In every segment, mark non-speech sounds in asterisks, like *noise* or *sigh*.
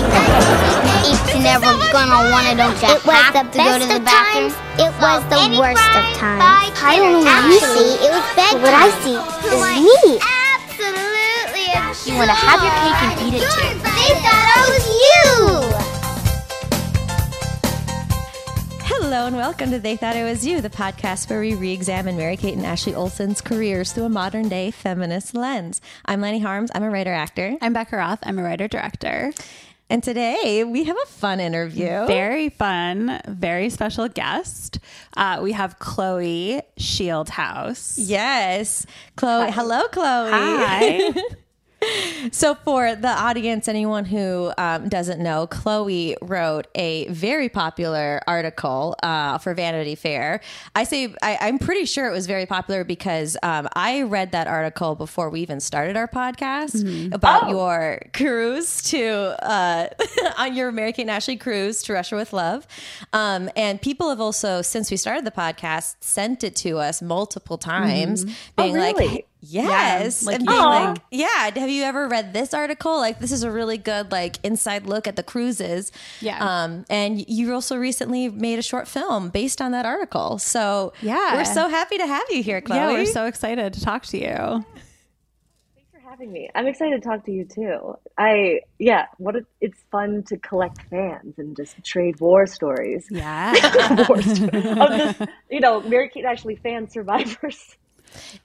It's never gonna want to don't you It was have the to go to the best of bathroom? times. It was So the any worst of crime times. by I don't know what you Twitter. see. It was Absolutely. bedtime. What I see is me. Absolutely. You wanna have your cake and eat it too. Good, They thought I was you. Hello and welcome to They Thought It Was You, the podcast where we re-examine Mary Kate and Ashley Olsen's careers through a modern day feminist lens. I'm Lenny Harms. I'm a writer actor, I'm Becca Roth. I'm a writer director. and today we have a fun interview. Very fun, very special guest. Uh, we have Chloe Shieldhouse. Yes, Chloe. Hello, Chloe. Hi. So, for the audience, anyone who um, doesn't know, Chloe wrote a very popular article uh, for Vanity Fair. I say I, I'm pretty sure it was very popular because um, I read that article before we even started our podcast Mm-hmm. about Oh. your cruise to uh, *laughs* on your American Ashley cruise to Russia with Love, um, and people have also since we started the podcast sent it to us multiple times, Mm-hmm. being like. really? Yes. Oh, like and you being did. like, yeah, have you ever read this article? Like, this is a really good, like, inside look at the cruises. Yeah. Um, and you also recently made a short film based on that article. So, Yeah. We're so happy to have you here, Chloe. Yeah, we're so excited to talk to you. Thanks for having me. I'm excited to talk to you too. I yeah, what a, it's fun to collect fans and just trade war stories. Yeah. war stories of this, you know, Mary Kate Ashley fan survivors.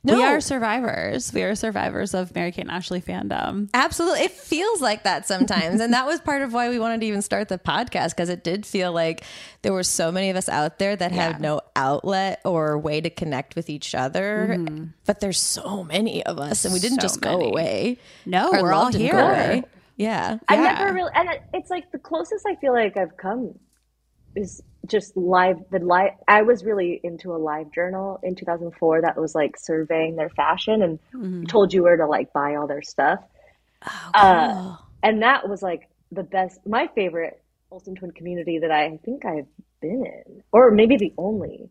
No. *laughs* We are survivors. We are survivors of Mary Kate and Ashley fandom. Absolutely. It feels like that sometimes. and that was part of why we wanted to even start the podcast because it did feel like there were so many of us out there that had no outlet or way to connect with each other. Mm-hmm. But there's so many of us and we didn't So just go many. away. No, Our we're all love didn't go here. away. Yeah. I Yeah. never really, and it- it's like the closest I feel like I've come is just live. The live, I was really into a live journal in 2004 that was like surveying their fashion and Mm-hmm. told you where to like buy all their stuff. Oh, uh, and that was like the best, my favorite Olsen twin community that I think I've been in, or maybe the only.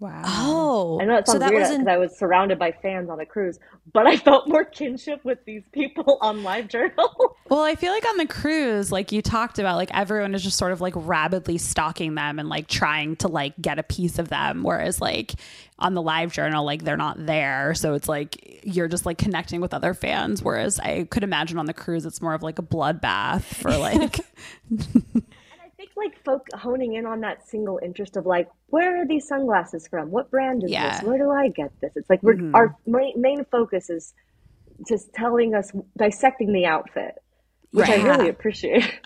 Wow. Oh. I know it sounds that weird was because in- I was surrounded by fans on a cruise, but I felt more kinship with these people on live journal. Well, I feel like on the cruise, like you talked about, like everyone is just sort of like rabidly stalking them and like trying to like get a piece of them. Whereas like on the live journal, like they're not there. So it's like you're just like connecting with other fans. Whereas I could imagine on the cruise, it's more of like a bloodbath for *laughs* like, *laughs* I think like folk honing in on that single interest of like, where are these sunglasses from? What brand is Yeah. this? Where do I get this? It's like we're our main, main focus is just telling us dissecting the outfit, which I really appreciate.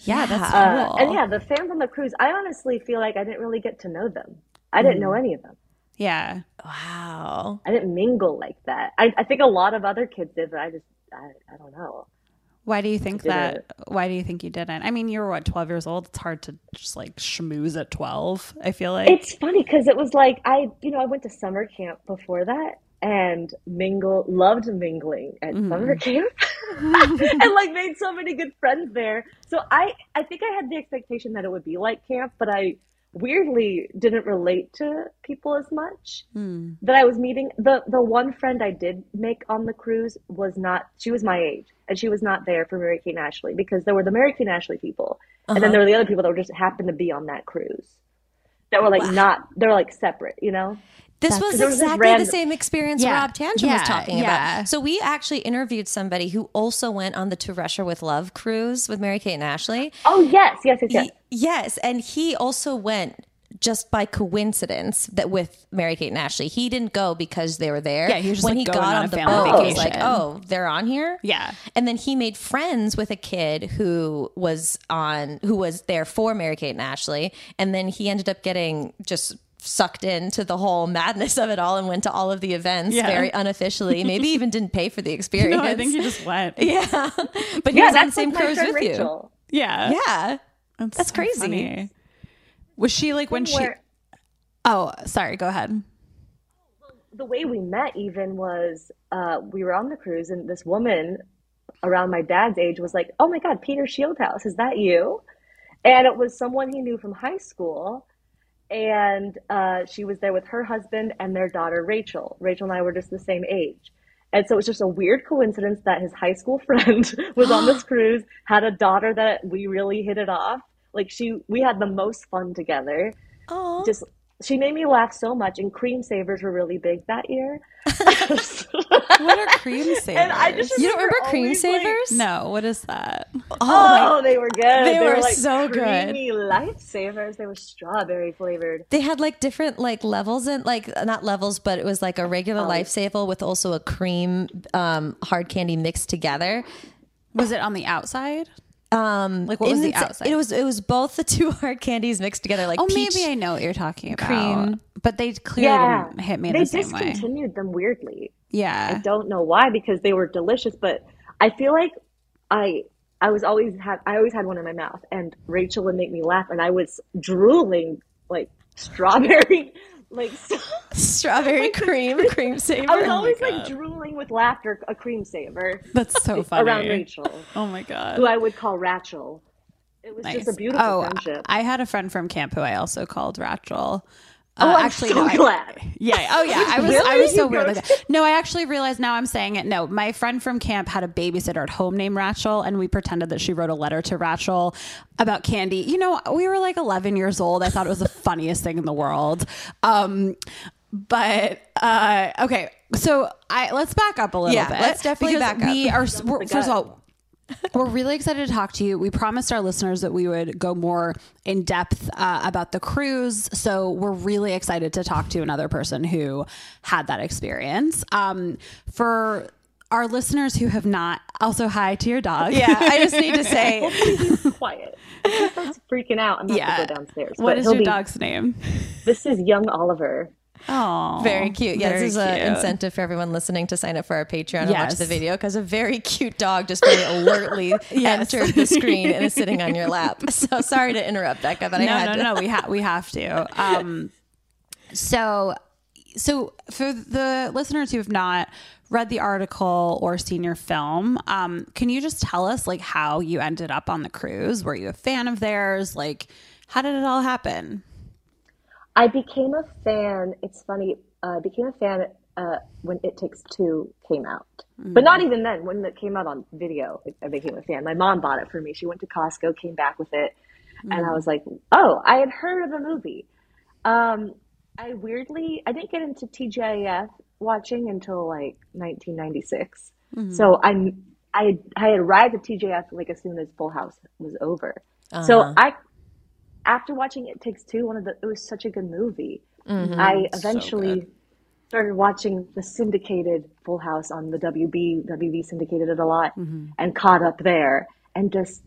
yeah, that's Uh, cool. and yeah, the fans on the cruise, I honestly feel like I didn't really get to know them. I didn't know any of them. yeah. wow. I didn't mingle like that. I, I think a lot of other kids did, but I just I, I don't know. Why do you think didn't. that? Why do you think you didn't? I mean, you were what, 12 years old? It's hard to just like schmooze at 12. I feel like. It's funny because it was like I, you know, I went to summer camp before that and mingle loved mingling at summer *laughs* camp and like made so many good friends there. So I, I think I had the expectation that it would be like camp, but I weirdly didn't relate to people as much that I was meeting. The the one friend I did make on the cruise was not she was my age and she was not there for Mary Kate and Ashley because there were the Mary Kate and Ashley people. And then there were the other people that were just happened to be on that cruise that were like not they're like separate you know This was there was this exactly the random- same experience Yeah. Rob Tangent was Yeah. talking Yeah. about. So we actually interviewed somebody who also went on the To Russia with Love cruise with Mary Kate and Ashley. oh yes yes yes yes Y- yes, and he also went just by coincidence that with Mary Kate and Ashley. He didn't go because they were there. Yeah, he was just, when like, he going got on on, a the family boat, he was like, vacation. "Oh, they're on here." Yeah. and then he made friends with a kid who was on who was there for Mary Kate and Ashley, and then he ended up getting just sucked into the whole madness of it all and went to all of the events Yeah. very unofficially. Maybe *laughs* even didn't pay for the experience. *laughs* no, I think you just *laughs* went. *laughs* yeah, but he yeah was on the that's same like my cruise friend with Rachel Yeah. you. Yeah. That's, That's so crazy. funny. Was she like when she? where Oh, sorry. Go ahead. the way we met even was uh, we were on the cruise and this woman around my dad's age was like oh my god Peter Shieldhouse is that you and it was someone he knew from high school and uh, she was there with her husband and their daughter Rachel Rachel and I were just the same age And so it's just a weird coincidence that his high school *laughs* friend was on this cruise, had a daughter that we really hit it off. Like she, we had the most fun together. Oh, just she made me laugh so much, and cream savers were really big that year. What are *laughs* cream savers? and I just You don't remember always, cream like- savers? no, what is that? Oh, they were good. They, were like so good. creamy lifesavers. They were strawberry flavored. They had like different like levels and like not levels, but it was like a regular Oh. lifesaver with also a cream um, hard candy mixed together. Was it on the outside? Um, like what was And the it's- outside? It was it was both the two *laughs* hard candies mixed together, like Oh, peach. maybe I know what you're talking about. cream. but they clearly Yeah, didn't hit me They the same way. discontinued them weirdly. Yeah, don't know why because they were delicious but i feel like i i was always had i always had one in my mouth and rachel would make me laugh and i was drooling like strawberry *laughs* like so, strawberry cream, cream saver. Oh i was always like drooling with laughter a cream saver that's so funny. *laughs* around rachel Oh my god. who i would call rachel it was just a Nice. beautiful oh, friendship I had a friend from camp who I also called Rachel. oh Uh, i'm so no, I- *laughs* glad yeah. Oh, yeah. I was. I Really? was so You weird go like that. No, I actually realized now. I'm saying it. No, my friend from camp had a babysitter at home named Rachel, and we pretended that she wrote a letter to Rachel about candy. You know, we were like 11 years old. I thought it was the funniest thing in the world. Um, but uh, okay, so I let's back up a little Yeah, bit. let's definitely because back up. We are. We're, first of all, we're really excited to talk to you. We promised our listeners that we would go more in depth uh, about the cruise. So we're really excited to talk to another person who had that experience. Um, for our listeners who have not, also, hi to your dog. yeah, I just need *laughs* to say quiet *laughs* He starts freaking out i'm gonna have Yeah. to go downstairs What but is he'll your be- dog's name? this is young oliver Oh, very cute. Yeah, this is an cute. incentive for everyone listening to sign up for our Patreon and watch Yes. the video because a very cute dog just very *laughs* alertly entered the screen and is sitting on your lap. *laughs* So sorry to interrupt, Becca, but I no, had no, to. no, We have we have to. Um, so, so for the listeners who have not read the article or seen your film, um, can you just tell us like how you ended up on the cruise? Were you a fan of theirs? Like, how did it all happen? I became a fan. It's funny. uh, I became a fan uh, when It Takes Two came out, but not even then. When it came out on video, I became a fan. My mom bought it for me. She went to Costco, came back with it, and I was like, "Oh, I had heard of the movie." Um, I weirdly, I didn't get into TGIF watching until like 1996. So I'm, I, I had arrived at TGIF like as soon as Full House was over. So I, after watching It Takes Two, one of the, it was such a good movie. I eventually started watching the syndicated Full House on the WB. WB syndicated it a lot and caught up there and just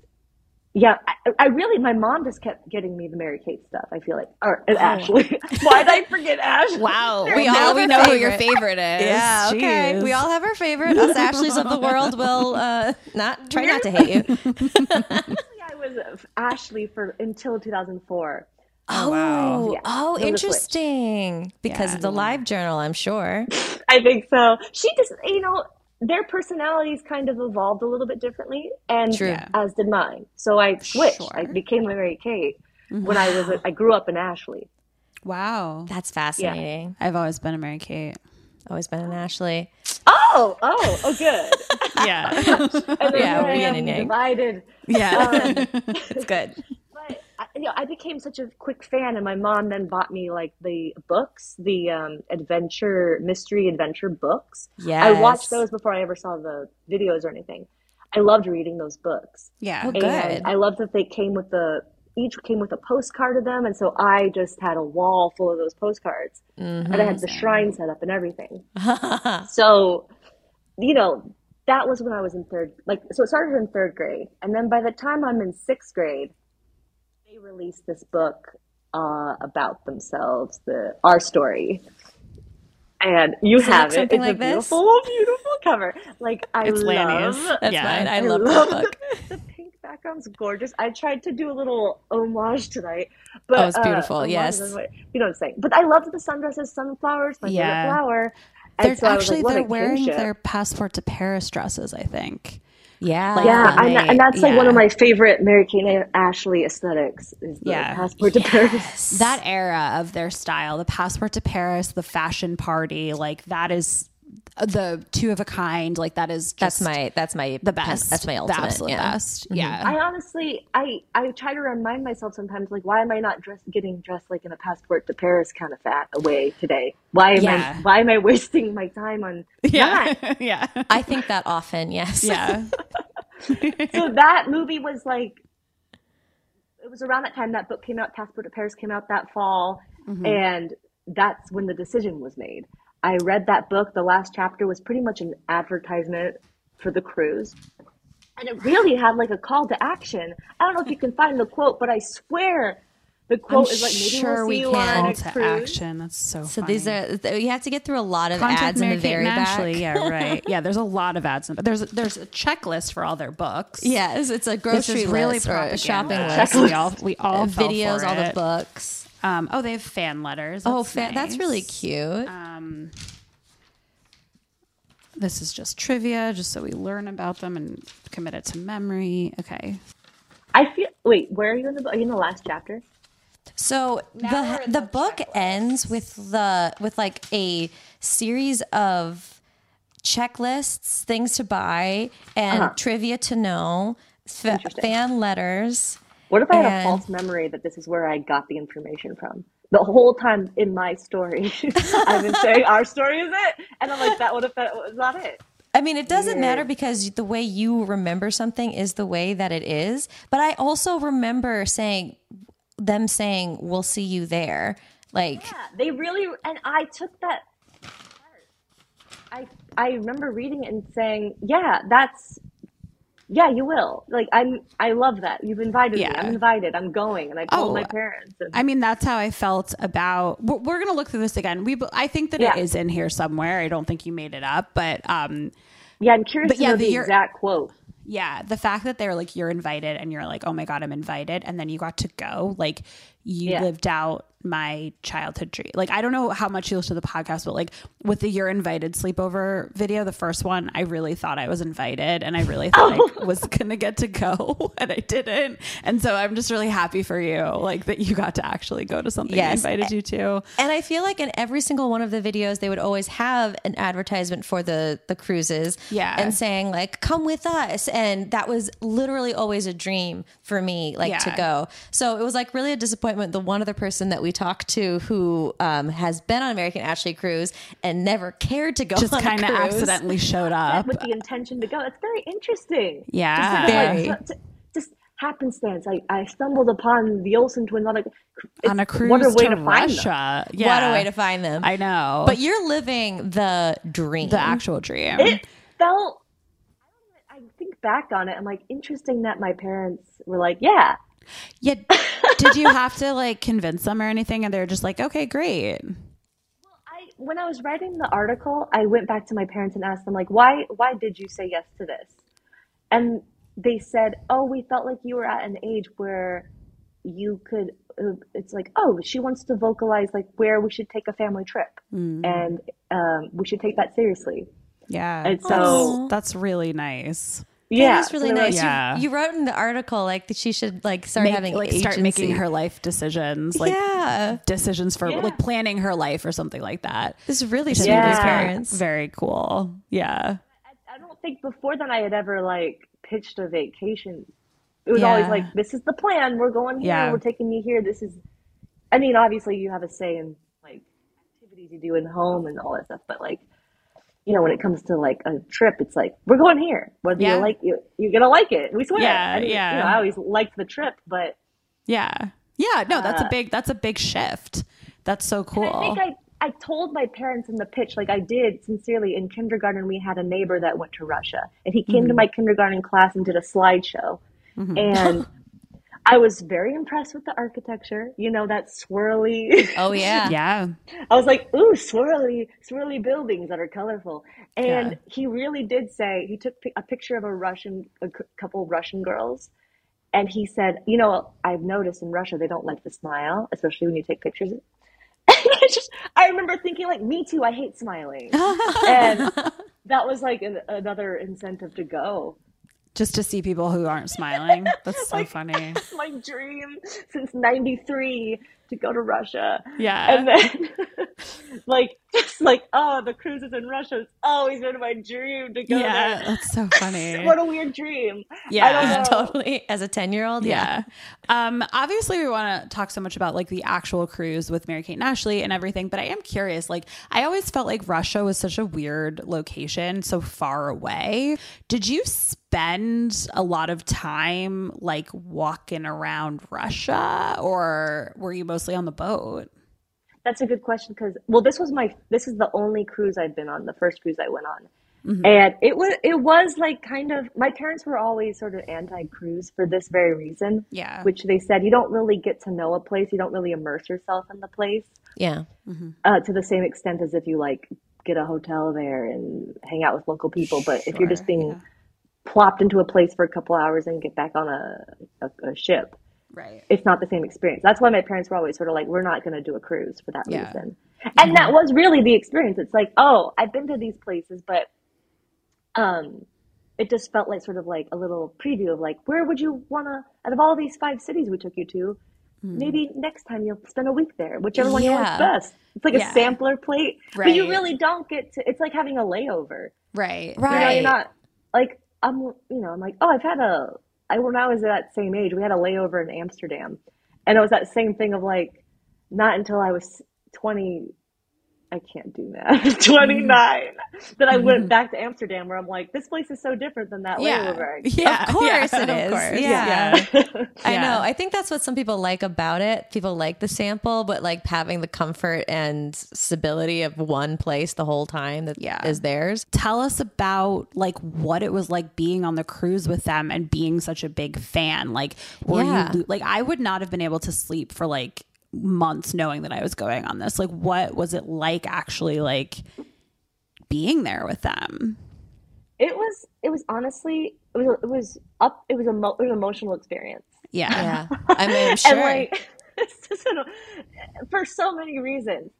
yeah, I, I really my mom just kept getting me the Mary Kate stuff. I feel like or and Ashley. *laughs* Why did I forget Ashley? Wow, There we are all no we know who your favorite is. Yeah, okay. Jeez. We all have our favorite. Us Ashleys of the world will uh, not try not to hate *laughs* you. I was uh, Ashley for until 2004. Oh, Yeah. oh, From the interesting. Because of the live journal, I'm sure. I think so. She just you know their personalities kind of evolved a little bit differently, and True. as did mine. So I switched. I Sure. became a Mary Kate Mm-hmm. when I was a, I grew up in Ashley. Wow, That's fascinating. I've always been a Mary Kate. Always been an Ashley. Oh, oh, oh, good. Yeah, And then Yeah, here I yin am and yang. divided. *laughs* Um, yeah. *laughs* It's good. But I, you know, I became such a quick fan, and my mom then bought me like the books, the um, adventure mystery adventure books. I Yes. *laughs* watched those before I ever saw the videos or anything. I loved reading those books, yeah. Good. and I loved that they came with the each came with a postcard of them, and so I just had a wall full of those postcards, and I Mm-hmm. had the shrine set up and everything. so, you know. That was when I was in third, like, so it started in third grade. And then by the time I'm in sixth grade, they released this book uh, about themselves, the our story. And you it have it. something It's like a this? beautiful, *laughs* beautiful cover. Like I It's love. Lanny's. That's Yeah. mine. I, I love, love that book. The pink background's gorgeous. I tried to do a little homage tonight, but Oh, it's uh, beautiful, homage yes. is what- you know what I'm saying. But I loved the sundresses, sunflowers, my Yeah. favorite flower. And They're so I was actually like, what they're a wearing kingship. their passport to Paris dresses. I think. Yeah. um, yeah, I and, that- and that's like one yeah. of my favorite Mary Kate and Ashley aesthetics. Is the Yeah. passport to Paris. that era of their style, the passport to Paris, the fashion party, like that is the two of a kind like that is That's just my that's my the best. That's my The ultimate. absolute yeah. Mm-hmm. best. Yeah. I honestly, I I try to remind myself sometimes, like, why am I not dressed, getting dressed like in a passport to Paris kind of fat away today? Why am Yeah. I, why am I wasting my time on? *laughs* *laughs* yeah. *laughs* yeah. I think that often. Yes. Yeah. So that movie was like, it was around that time that book came out, Passport to Paris came out that fall, Mm-hmm. and that's when the decision was made. I read that book. The last chapter was pretty much an advertisement for the cruise. and it really had like a call to action. I don't know if you can find the quote, but I swear the quote is like maybe sure we'll see we you can. on Call a to cruise. action. That's so. *laughs* So these are th- you have to get through a lot of ads in the very back. *laughs* Yeah, right. Yeah, there's a lot of ads, in, but there's there's a checklist for all their books. Yes, it's a this grocery is really list or a propaganda. shopping list. Checklist. We all we *laughs* all fell videos, for all the it. books. Um, oh, they have fan letters. That's oh, fa- that's nice. really cute. Um, this is just trivia, just so we learn about them and commit it to memory. Okay. I feel. Wait, where are you in the? book? Are you in the last chapter? So the the book ends with the with like a series of checklists, things to buy, and Uh-huh. trivia to know, fa- fan letters. What if I had And- a false memory that this is where I got the information from? The whole time in my story, *laughs* I've been saying our story is it, and I'm like, that what if that was not it? I mean, it doesn't matter because the way you remember something is the way that it is. But I also remember saying them saying, "We'll see you there." Like, Yeah, they really, and I took that. to heart. I I remember reading it and saying, yeah, that's. Yeah, you will. Like I'm. I love that you've invited me. Yeah. I'm invited. I'm going, and I told Oh, my parents. And I mean, that's how I felt about. We're, we're gonna look through this again. We, b- I think that Yeah. it is in here somewhere. I don't think you made it up, but um, Yeah, I'm curious But to yeah, know the the, year- exact quote. yeah, the fact that they're like you're invited and you're like, oh my god, I'm invited, and then you got to go. Like, you Yeah. lived out my childhood dream. Like, I don't know how much you listen to the podcast, but like with the you're invited sleepover video, the first one, I really thought I was invited, and I really thought *laughs* I was gonna get to go, *laughs* and I didn't. And so I'm just really happy for you, like that you got to actually go to something Yes. eh, they invited you to. and I feel like in every single one of the videos, they would always have an advertisement for the the cruises, Yeah. and saying like, "Come with us," and that was literally always a dream for me, like to Yeah. go. So it was like really a disappointment. The one other person that we talked to who um, has been on American Ashley Cruise and never cared to go, just on a kind of cruise. accidentally *laughs* showed up. with the intention to go. It's very interesting. Yeah. Just, like, Very. so- so- just happenstance. I, I stumbled upon the Olsen twins on a, it's- on a cruise What a way to, to, find them. Russia. Yeah. What a way to find them. I know. But you're living the dream. the actual dream. Mm-hmm. It felt. I don't know, I think back on it. I'm like, interesting that my parents were like, yeah. *laughs* yeah. Did you have to like convince them or anything? And they're just like, okay, great. I when I was writing the article, I went back to my parents and asked them like, why why did you say yes to this? And they said, oh, we felt like you were at an age where you could. uh, It's like, oh, she wants to vocalize like where we should take a family trip, and um, we should take that seriously. Yeah. And so, that's, that's really nice. yeah, That is really so they're nice. like, You- Yeah. You, wrote in the article like that she should like start Make- having like start agency. making her life decisions, like yeah. decisions for Yeah. like planning her life or something like that. This really should Which I yeah. think Yeah. is his parents. very- Very cool. Yeah. I don't think before then I had ever like pitched a vacation. It was always Yeah. like, this is the plan. We're going here. Yeah. We're taking you here. This is. I mean, obviously you have a say in like activities you do in home and all that stuff, but like, you know, when it comes to like a trip, it's like we're going here. Whether Yeah. you like you, you're gonna like it. We swear. Yeah, I mean, yeah. You know, I always liked the trip, but Yeah. Yeah. No, that's a big, that's a big shift. That's so cool. Uh. I think I, I told my parents in the pitch, like I did sincerely in kindergarten, we had a neighbor that went to Russia and he came to my kindergarten class and did a slideshow. And I was very impressed with the architecture, you know, that swirly. *laughs* Oh *laughs* yeah. yeah. I was like, ooh, swirly, swirly buildings that are colorful. And Yeah. he really did say, he took pi- a picture of a Russian, a c- couple Russian girls. And he said, you know, I've noticed in Russia, they don't like the smile, especially when you take pictures. *laughs* And I just, I remember thinking like, me too, I hate smiling. and that was like an, another incentive to go. Just to see *laughs* people who aren't smiling. That's so funny. My dream since 93 to go to Russia. Yeah. And then, *laughs* like, just like, oh, the cruises in Russia has always been my dream to *laughs* go yeah, there. that's so funny. What a weird dream. I don't yeah. *laughs* *laughs* know. totally. As a 10 year old, yeah. Yeah. Um, obviously, we want to talk so much about like the actual cruise with Mary Kate and Ashley and everything, but I am curious. Like, I always felt like Russia was such a weird location, so far away. Did you spend a lot of time like walking around Russia or were you mostly on the boat? That's a good question because well, this was my this is the only cruise I've been on, the first cruise I went on, Mm-hmm. and it was it was like kind of my parents were always sort of anti-cruise for this very reason, Yeah. which they said you don't really get to know a place, you don't really immerse yourself in the place Yeah. uh, to the same extent as if you like get a hotel there and hang out with local people, but if you're just being plopped into a place for a couple hours and get back on a, a, a ship, Right. it's not the same experience. That's why my parents were always sort of like, we're not going to do a cruise for that Yeah. Mm-hmm. reason. And that was really the experience. It's like, oh, I've been to these places, but um, it just felt like sort of like a little preview of like, where would you want to, out of all these five cities we took you to, maybe next time you'll spend a week there, whichever one you like Hmm. Yeah. best. It's like Yeah. a sampler plate, but you Right. really don't get to, it's like having a layover. Right. Right. You know, you're not like I'm. You know, I'm like, oh, I've had a. I when I was that same age, we had a layover in Amsterdam, and it was that same thing of like, not until I was twenty. I can't do math. *laughs* Twenty nine. That I went back to Amsterdam, where I'm like, this place is so different than that Yeah. layover. I- Yeah. Of course Yeah. it Of is. course. Yeah. I Yeah. know. I think that's what some people like about it. People like the sample, but like having the comfort and stability of one place the whole time that is Yeah. theirs. tell us about like what it was like being on the cruise with them and being such a big fan like were Yeah. you lo- like i would not have been able to sleep for like months knowing that i was going on this like what was it like actually like being there with them It was. It was honestly. It was. It was up. It was, emo- it was an emotional experience. yeah Yeah. *laughs* I mean, I'm sure. And like, *laughs* it's just an, for so many reasons.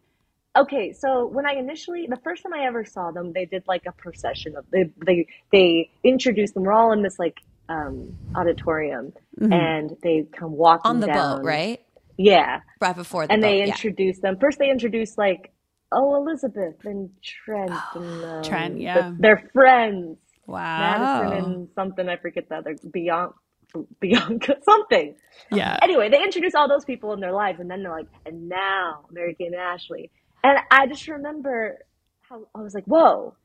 Okay, so when I initially, the first time I ever saw them, they did like a procession of they they they introduced them. We're all in this like um auditorium, and they come walking Mm-hmm. on the down. boat, right? Yeah, Right before the and boat. they yeah. introduced them. First, they introduced like oh Elizabeth and *gasps* Trent and um, Trent, the- yeah. they're friends. wow Oh. Madison and something I forget the other Bianca, Bianca *laughs* something yeah anyway, they introduce all those people in their lives, and then they're like, and now Mary Kate and Ashley. And I just remember how I was like, whoa,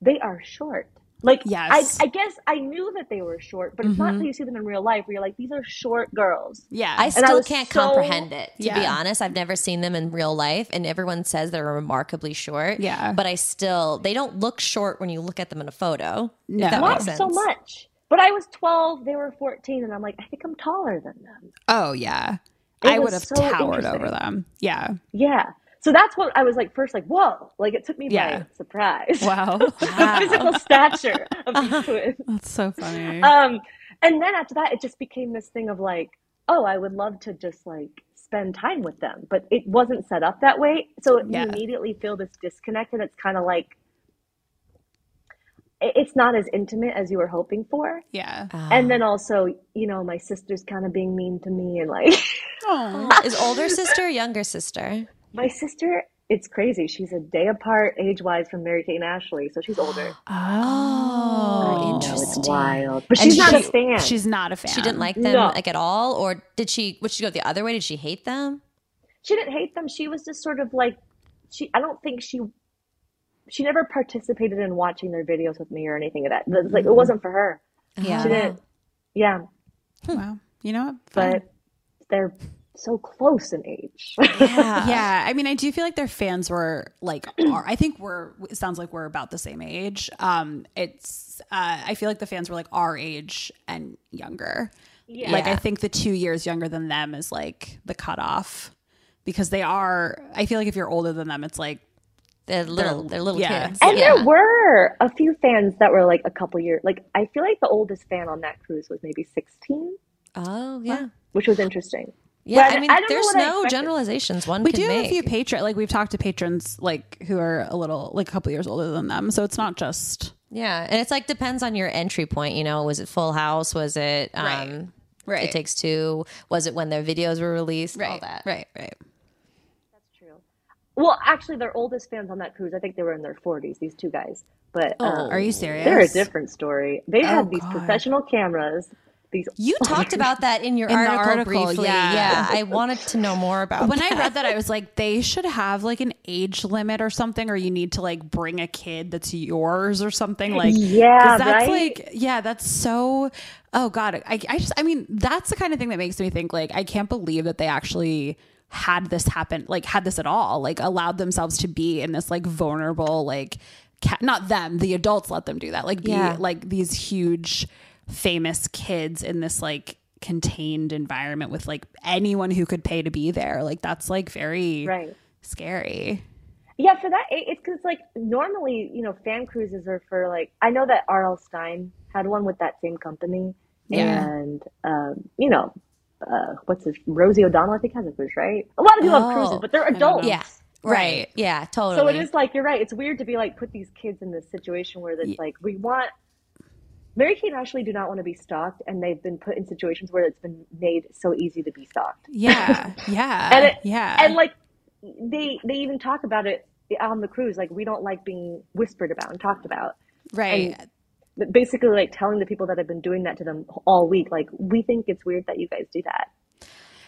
they are short. Like, Yes. Mm-hmm. I, I guess I knew that they were short, but it's not until you see them in real life where you're like, these are short girls. yeah I still was can't so- comprehend it, to be Yeah. honest. I've never seen them in real life, and everyone says they're remarkably short. Yeah. But I still, they don't look short when you look at them in a photo. if No. that Not makes sense. so much. But I was 12, they were 14, and I'm like, I think I'm taller than them. oh yeah It i was would have so towered interesting. over them *laughs* yeah Yeah. So that's what I was like, first, like, whoa, like it took me Yeah. by surprise. wow *laughs* the physical stature *laughs* of these twins. that's so funny um and then after that it just became this thing of like oh i would love to just like spend time with them but it wasn't set up that way so Yeah. you immediately feel this disconnect and it's kind of like it- it's not as intimate as you were hoping for yeah and then also you know my sister's kind of being mean to me and like *laughs* Um, uh, Is older sister, or younger sister? my sister it's crazy she's a day apart age wise from mary kate and ashley so she's older oh I know, it's interesting. wild but she's not a she- fan She's not a fan. She didn't like them No. like at all, or did she? Would she go the other way? Did she hate them? she didn't hate them. She was just sort of like she. I don't think she. She never participated in watching their videos with me or anything of that. That's like it Mm-hmm. wasn't for her. Yeah. She didn't. Yeah, Wow. You know what? but they're so close in age. *laughs* Yeah. yeah, I mean, I do feel like their fans were like, *clears throat* are, I think we're it sounds like we're about the same age. Um, it's uh, I feel like the fans were like our age and younger. Yeah. Like I think the two years younger than them is like the cutoff because they are. I feel like if you're older than them, it's like They're little. They're, little yeah. kids. and yeah. there were a few fans that were like a couple years. Like I feel like the oldest fan on that cruise was maybe sixteen, Oh yeah. which was interesting. Yeah. But I mean, I don't know there's what I no expected. generalizations one we can do have make. a few patron like we've talked to patrons like who are a little like a couple years older than them, so it's not just Yeah, and it's like depends on your entry point. You know, was it Full House? Was it um, Right. It Takes Two. Was it when their videos were released? All that. Right. Right. True. Well, actually, their oldest fans on that cruise, I think they were in their 40s, these two guys. But um, Oh, Are you serious? Oh, they're a different story. They had these professional cameras. These You talked about that in your *laughs* In the article, article, briefly. yeah. I wanted to know more about when that. I read that, I *laughs* was like, they should have like an age limit or something, or you need to like bring a kid that's yours or something. Like, 'cause Yeah, that's right? like, yeah, that's so. Oh God, I, I just, I mean, that's the kind of thing that makes me think like, I can't believe that they actually had this happen, like had this at all, like allowed themselves to be in this like vulnerable, like ca- not them, the adults let them do that, like be Yeah. like these huge famous kids in this like contained environment with like anyone who could pay to be there. Like that's like very Right. scary. Yeah, for that, it- it's because like normally, you know, fan cruises are for like I know that R.L. Stein had one with that same company, Yeah. and um, you know, uh, what's his Rosie O'Donnell? I think has a cruise, right? A lot of people have cruises, but they're adults. yeah. Right. Yeah, totally. So it is like you're right. It's weird to be like put these kids in this situation where it's like we want. Mary Kate and Ashley do not want to be stalked, and they've been put in situations where it's been made so easy to be stalked. *laughs* Yeah. Yeah. And it- yeah. and like they they even talk about it on the cruise. Like we don't like being whispered about and talked about. right. But basically, like telling the people that have been doing that to them all week, like we think it's weird that you guys do that.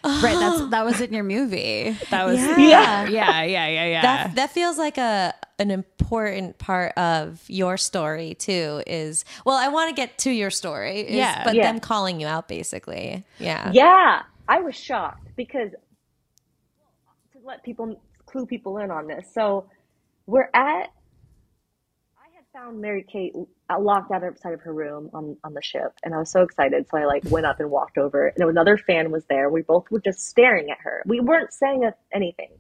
right. That's that was in your movie. That was yeah. Yeah. Yeah. Yeah. Yeah. Yeah. that that feels like a an important part of your story too is well I want to get to your story is- Yeah. but Yeah. them calling you out basically yeah Yeah, I was shocked because to let people clue people in on this. So we're at. I had found Mary Kate locked out outside of her room on on the ship, and I was so excited. So I like went up and walked over, and another fan was there. We both were just staring at her. We weren't saying a- *sighs* anything.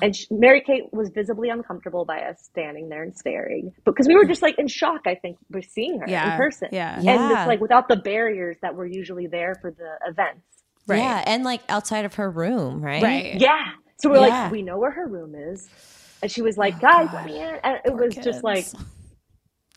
And she, Mary Kate was visibly uncomfortable by us standing there and staring, because we were just like in shock. I think by seeing her Yeah, in person, yeah. and Yeah. it's like without the barriers that were usually there for the events. Right. yeah and like outside of her room right Right. Yeah. So we're Yeah. like, we know where her room is. And she was like, guys, let me in. And it was just like, Oh, kids.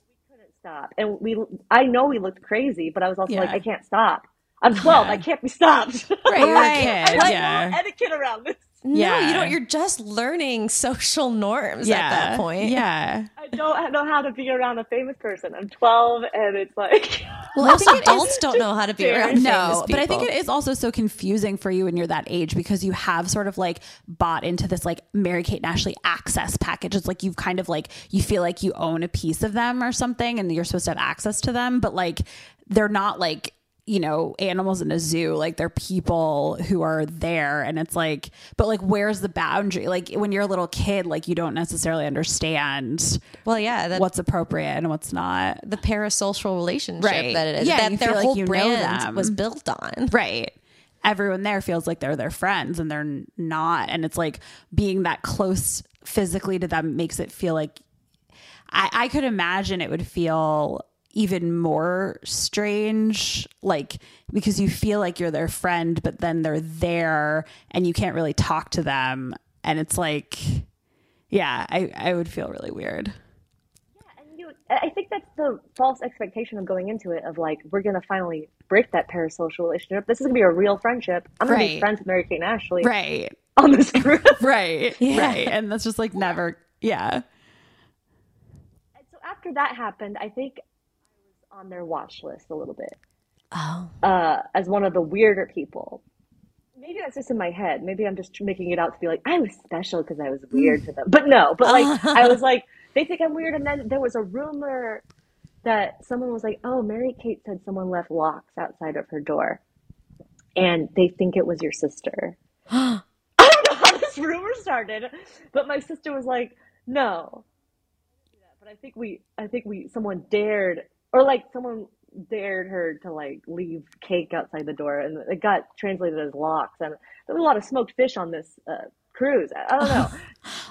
we couldn't stop. And we, I know we looked crazy, but I was also like, Yeah. I can't stop. I'm 12. I can't be stopped. *laughs* Right. You're Right. a kid. Like, yeah. no etiquette around this. no you Yeah. don't you're just learning social norms yeah. at that point Yeah. I don't know how to be around a famous person. I'm 12 and it's like, *laughs* well most adults don't know how to be around no famous but i think people. it is also so confusing for you when you're that age because you have sort of like bought into this like mary kate and ashley access package it's like you've kind of like you feel like you own a piece of them or something and you're supposed to have access to them but like they're not like you know animals in a zoo like they're people who are there and it's like but like where's the boundary like when you're a little kid like you don't necessarily understand well yeah that, what's appropriate and what's not the parasocial relationship Right. that it is Yeah, that you their feel like whole you know brand them. was built on Right. Everyone there feels like they're their friends and they're n- not. And it's like being that close physically to them makes it feel like I, I could imagine it would feel even more strange, like because you feel like you're their friend, but then they're there and you can't really talk to them. And it's like, yeah, I, I would feel really weird. and you, I think that's the false expectation of going into it of like, we're going to finally break that parasocial relationship. This is going to be a real friendship. I'm going to Right. be friends with Mary Kate and Ashley Right. on this *laughs* cruise. Right. Right. And that's just like never, yeah. And so after that happened, I think I was on their watch list a little bit oh uh, as one of the weirder people. Maybe that's just in my head. Maybe I'm just making it out to be like I was special because I was weird to them. But no, but like I was like they think I'm weird. And then there was a rumor that someone was like, "Oh, Mary Kate said someone left locks outside of her door, and they think it was your sister." *laughs* I don't know how this rumor started, but my sister was like, "No, but I think we, I think we, someone dared, or like someone dared her to like leave cake outside the door, and it got translated as locks. And there was a lot of smoked fish on this uh, cruise. I, I don't know,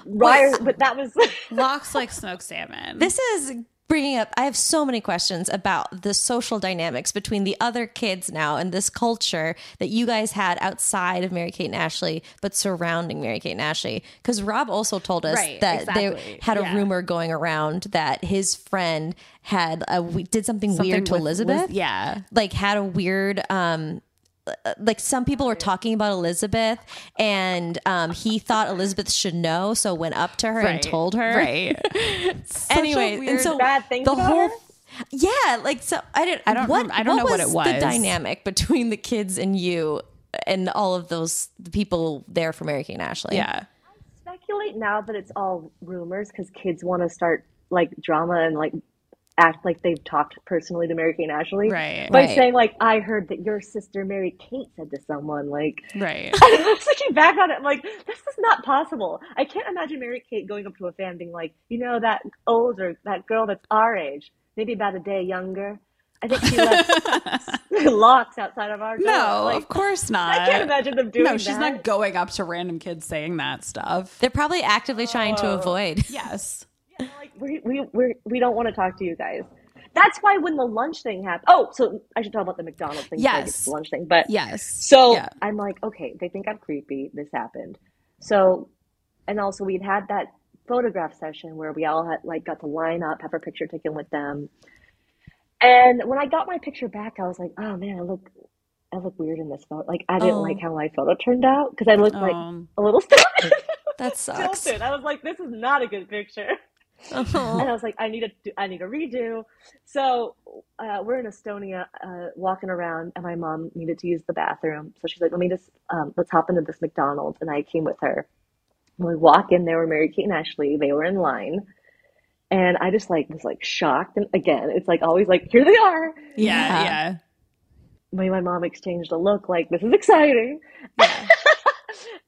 why? are- but that was *laughs* Locks like smoked salmon. This is bringing up, I have so many questions about the social dynamics between the other kids now and this culture that you guys had outside of Mary Kate and Ashley, but surrounding Mary Kate and Ashley. Because Rob also told us Right, that they exactly. had a Yeah. rumor going around that his friend had a, we- did something, Something weird to with- Elizabeth. with- yeah. Like had a weird, um, uh, like some people were talking about Elizabeth, and um, he thought Elizabeth should know, so went up to her and Right. told her. *laughs* Right. Anyway, and so bad things the about whole. her? Yeah, like so. I don't. I don't What, rem- I don't know what it The was. dynamic between the kids and you, and all of those the people there for Mary Kate and Ashley. yeah. speculate now that it's all rumors because kids want to start like drama and like act like they've talked personally to Mary Kate and Ashley. Right. By Right. saying like, I heard that your sister Mary Kate said to someone like. Right. I was looking back on it, I'm like, this is not possible. I can't imagine Mary Kate going up to a fan being like, you know, that older, that girl that's our age, maybe about a day younger. I think she *laughs* left *laughs* locks outside of our door. No, Like, of course not. I can't imagine them doing No, she's that. not going up to random kids saying that stuff. they're probably actively trying to *laughs* avoid. Yes. like we we we're, we don't want to talk to you guys. That's why when the lunch thing happened. Oh, so I should talk about the McDonald's thing. before I get to Yes. the lunch thing. But Yes. so Yeah. I'm like, okay, they think I'm creepy. This happened. So, and also we'd had that photograph session where we all had like got to line up, have our picture taken with them. And when I got my picture back, I was like, oh man, I look, I look weird in this photo. Like I didn't Oh. like how my photo turned out because I looked like Um, a little *laughs* stilted. That sucks. Tilted. I was like, this is not a good *laughs* picture Oh. and I was like, I need a, I need a redo. So uh, we're in Estonia, uh, walking around, and my mom needed to use the bathroom, so she's like, let me just, um, let's hop into this McDonald's, and I came with her. When we walk in, there were Mary Kate and Ashley. They were in line, and I just like was like shocked. And again, it's like always like, here they are. Yeah. yeah, yeah. Me and my mom exchanged a look like, this is exciting, *laughs*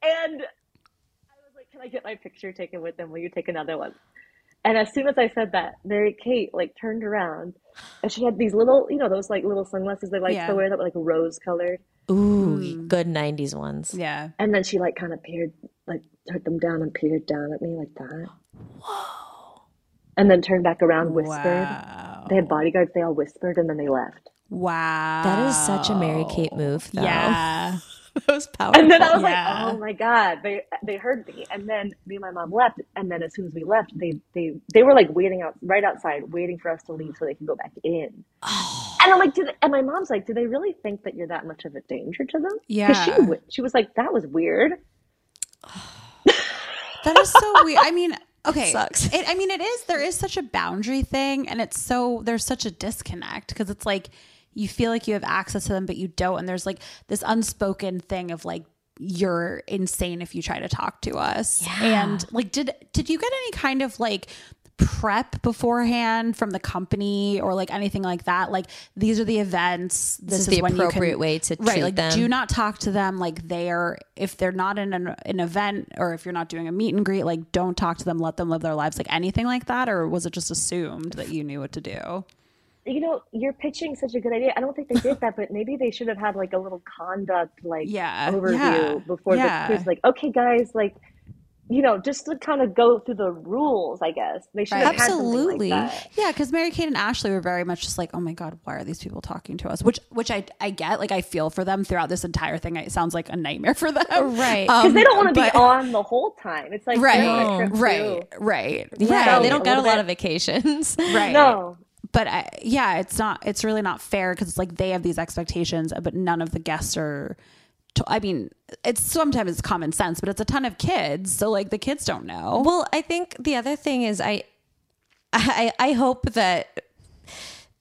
and I was like, "Can I get my picture taken with them? Will you take another one?" And as soon as I said that, Mary Kate like turned around, and she had these little, you know, those like little sunglasses they like Yeah. to wear that were like rose colored. Hmm. Ooh, good '90s ones. Yeah. And then she like kind of peered, like turned them down and peered down at me like that. Whoa! And then turned back around, whispered. Wow. They had bodyguards. They all whispered, and then they left. Wow. That is such a Mary Kate move, though. Oh. Yeah. that was powerful. And then I was Yeah. like, "Oh my god, they they heard me." And then me and my mom left. And then as soon as we left, they they they were like waiting out right outside, waiting for us to leave so they can go back in. Oh. And I'm like, "Do they-" and my mom's like, "Do they really think that you're that much of a danger to them?" 'Cause she Yeah. w- she was like, "That was weird." That is so weird. I *laughs* mean, okay. Sucks. It, I mean, it is. There is such a boundary thing, and it's so there's such a disconnect because it's like you feel like you have access to them, but you don't, and there's like this unspoken thing of like you're insane if you try to talk to us. And like, did did you get any kind of like prep beforehand from the company or like anything like that like these are the events this, is the when you can- appropriate way to right treat like them. do do not talk to them like they're if they're not in an, an event or if you're not doing a meet and greet like don't talk to them let them live their lives like anything like that or was it just assumed that you knew what to do You know, you're pitching such a good idea. I don't think they did that, but maybe they should have had like a little conduct like Yeah, overview yeah, before yeah. the cruise. Like, okay, guys, like. You know, just to kind of go through the rules, I guess they should have had something like Absolutely. that. yeah because mary kate and ashley were very much just like oh my god why are these people talking to us which which i i get like i feel for them throughout this entire thing it sounds like a nightmare *laughs* for them Right. Um, Because they don't want to but- be on the whole time. It's like right they're on a trip *laughs* right right yeah, Right. they don't get a A little lot of *laughs* vacations. right too. No, but I, yeah, it's not. It's really not fair because it's like they have these expectations, but none of the guests are. To, I mean, it's sometimes it's common sense, but it's a ton of kids, so like the kids don't know. Well, I think the other thing is I I I hope that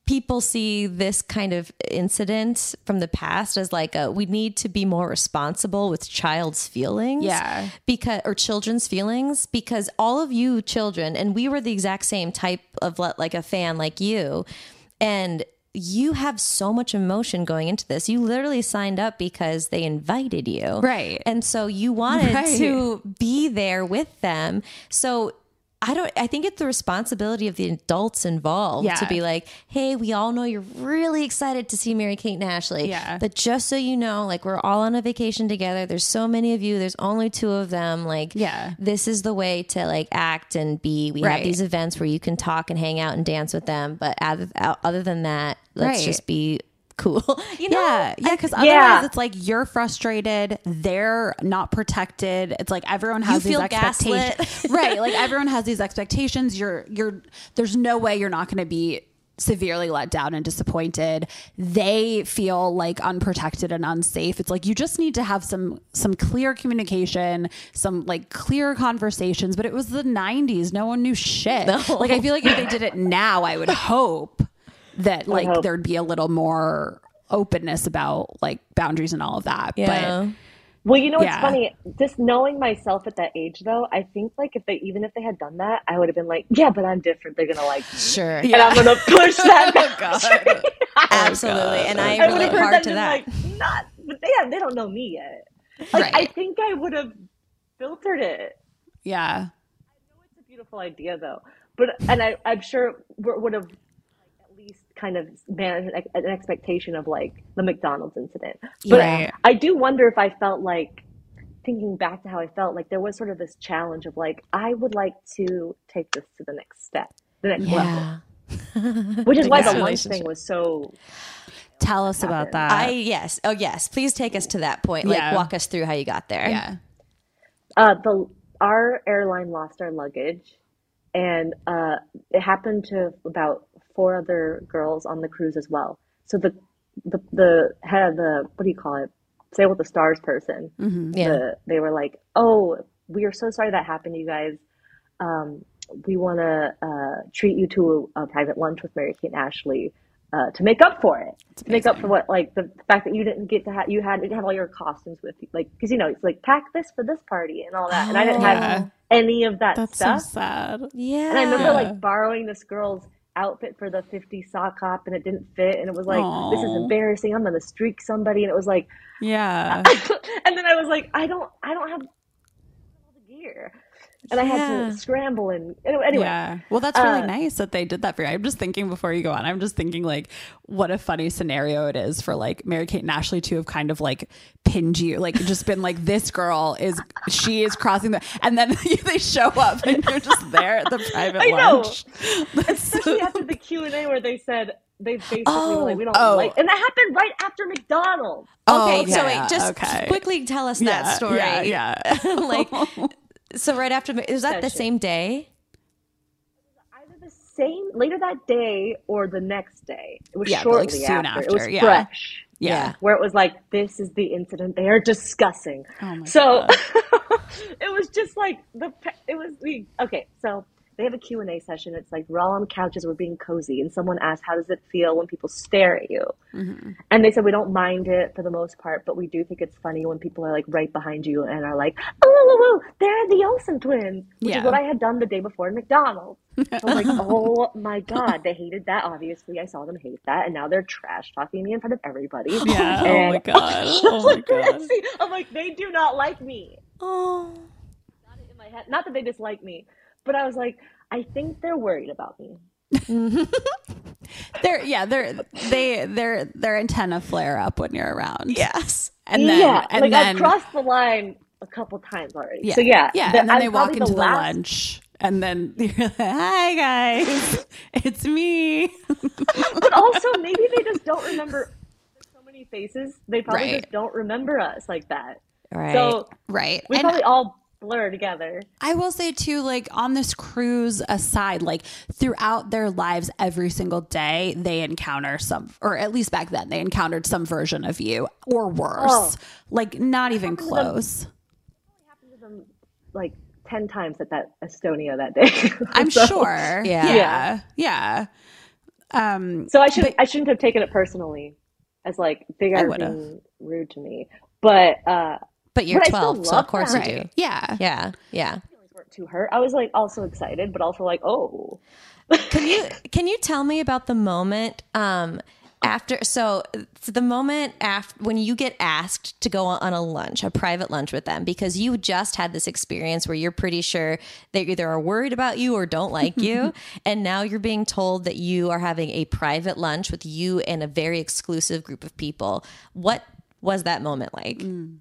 people see this kind of incident from the past as like a, we need to be more responsible with child's feelings Yeah. because or children's feelings because all of you children and we were the exact same type of le- like a fan like you and you have so much emotion going into this you literally signed up because they invited you Right. and so you wanted Right. to be there with them so I don't. I think it's the responsibility of the adults involved Yeah. to be like, "Hey, we all know you're really excited to see Mary Kate and Ashley, Yeah. but just so you know, like we're all on a vacation together. There's so many of you. There's only two of them. Like, Yeah. this is the way to like act and be. We have Right. these events where you can talk and hang out and dance with them, but other, other than that, let's Right. just be cool. *laughs* you know? Yeah, yeah, because otherwise Yeah. it's like you're frustrated, they're not protected. It's like everyone has feel these expectations, gaslit. *laughs* right? Like everyone has these expectations. You're you're there's no way you're not going to be severely let down and disappointed they feel like unprotected and unsafe it's like you just need to have some some clear communication some like clear conversations but it was the 90s no one knew shit like i feel like if they did it now i would hope that like hope. there'd be a little more openness about like boundaries and all of that Yeah. but Well, you know what's Yeah. funny? Just knowing myself at that age, though, I think like if they even if they had done that, I would have been like, yeah, but I'm different. They're gonna like, me." Sure. and *laughs* I'm gonna push Oh, that. *laughs* boundary. Absolutely. And I *laughs* I would relate have heard hard that, to and that. like, not, but they have, they don't know me yet. Like, I Right. think I would have filtered it. yeah It's a beautiful idea, though. But and I, I'm sure we would have at least kind of managed an, an expectation of like the McDonald's incident. But Right. I do wonder if I felt like thinking back to how I felt, like there was sort of this challenge of like I would like to take this to the next step, the next Yeah. *laughs* level, which is why next the lunch relationship. thing was so. tell us about that I yes. Oh yes. Please take us to that point. Like "Ah." Yeah. walk us through how you got there. yeah Uh, the our airline lost our luggage, and uh, it happened to about four other girls on the cruise as well. So the the the head of the what do you call it? Sail with the stars person. Mm-hmm. Yeah. The, they were like, "Oh, we are so sorry that happened, you guys. Um, we want to uh, treat you to a, a private lunch with Mary Kate and Ashley." Uh, to make up for it, to make up for what, like the fact that you didn't get to have, you had didn't have all your costumes with you, like because you know it's like pack this for this party and all that, and I didn't have any of that that's stuff. so sad Yeah. And I remember like borrowing this girl's outfit for the 50 sock hop and it didn't fit. And it was like, this is Aw. embarrassing. I'm going to streak somebody. And it was like, *laughs* yeah and then I was like, I don't, I don't have all the gear. And I had Yeah. to scramble and anyway. Yeah. Well, that's really Uh, nice that they did that for you. I'm just thinking before you go on, I'm just thinking like what a funny scenario it is for like Mary Kate and Ashley to have kind of like pinned you, like just been like, this girl is, she is crossing the, and then *laughs* they show up and you're just there at the private I know. lunch. That's *laughs* Especially so- after the Q and A where they said they basically were like, we don't oh. like, and that happened right after McDonald's. Okay, Oh, so yeah, wait, just okay. quickly tell us Yeah, that story. yeah, *laughs* yeah. like, so right after, is that the Gotcha. same day? Either the same later that day or the next day. It was Yeah, but, shortly like, soon after. It after, was yeah. fresh. yeah. where it was like, this is the incident they are discussing. Oh so *laughs* it was just like the pe- it was we okay. So they have a Q and A session. It's like we're all on couches, we're being cozy, and someone asked, "How does it feel when people stare at you?" And they said we don't mind it for the most part, but we do think it's funny when people are like right behind you and are like, "Oh, whoa, whoa, whoa, they're the Olsen twins," which Yeah. is what I had done the day before *laughs* in McDonald's. I was like, "Oh my god, they hated that." Obviously, I saw them hate that, and now they're trash talking me in front of everybody. *laughs* Yeah. Oh *laughs* And- my *laughs* God. Oh my God. See, I'm like, they do not like me. Oh, In my head, not that they dislike me, but I was like, I think they're worried about me. They're, yeah, they're, they, they're, their antenna flare up when you're around. yes. And then, yeah, and like then, I've crossed the line a couple times already. Yeah. So yeah, Yeah. the- and then I'm they walk probably into the, last- lunch and then you're like, hi guys, *laughs* it's me. But also, maybe they just *laughs* don't remember. There's so many faces, they probably Right. just don't remember us like that. Right. So Right. we and probably all blur together. I will say too, like on this cruise aside, like throughout their lives, every single day they encounter some, or at least back then they encountered some version of you or worse, Oh. like not even close. Like ten times at that Estonia that day. *laughs* *laughs* I'm So- sure. Yeah. Yeah. Yeah. Um, So I should I shouldn't have taken it personally, as like they are would've. being rude to me. But uh, But you're But I still 12, so love of course that. you do. yeah. Yeah, yeah. to her, I was like also excited, but also like oh, Can you can you tell me about the moment um after so it's the moment after when you get asked to go on a lunch, a private lunch with them because you just had this experience where you're pretty sure they either are worried about you or don't like *laughs* you and now you're being told that you are having a private lunch with you and a very exclusive group of people. What was that moment like? Mm.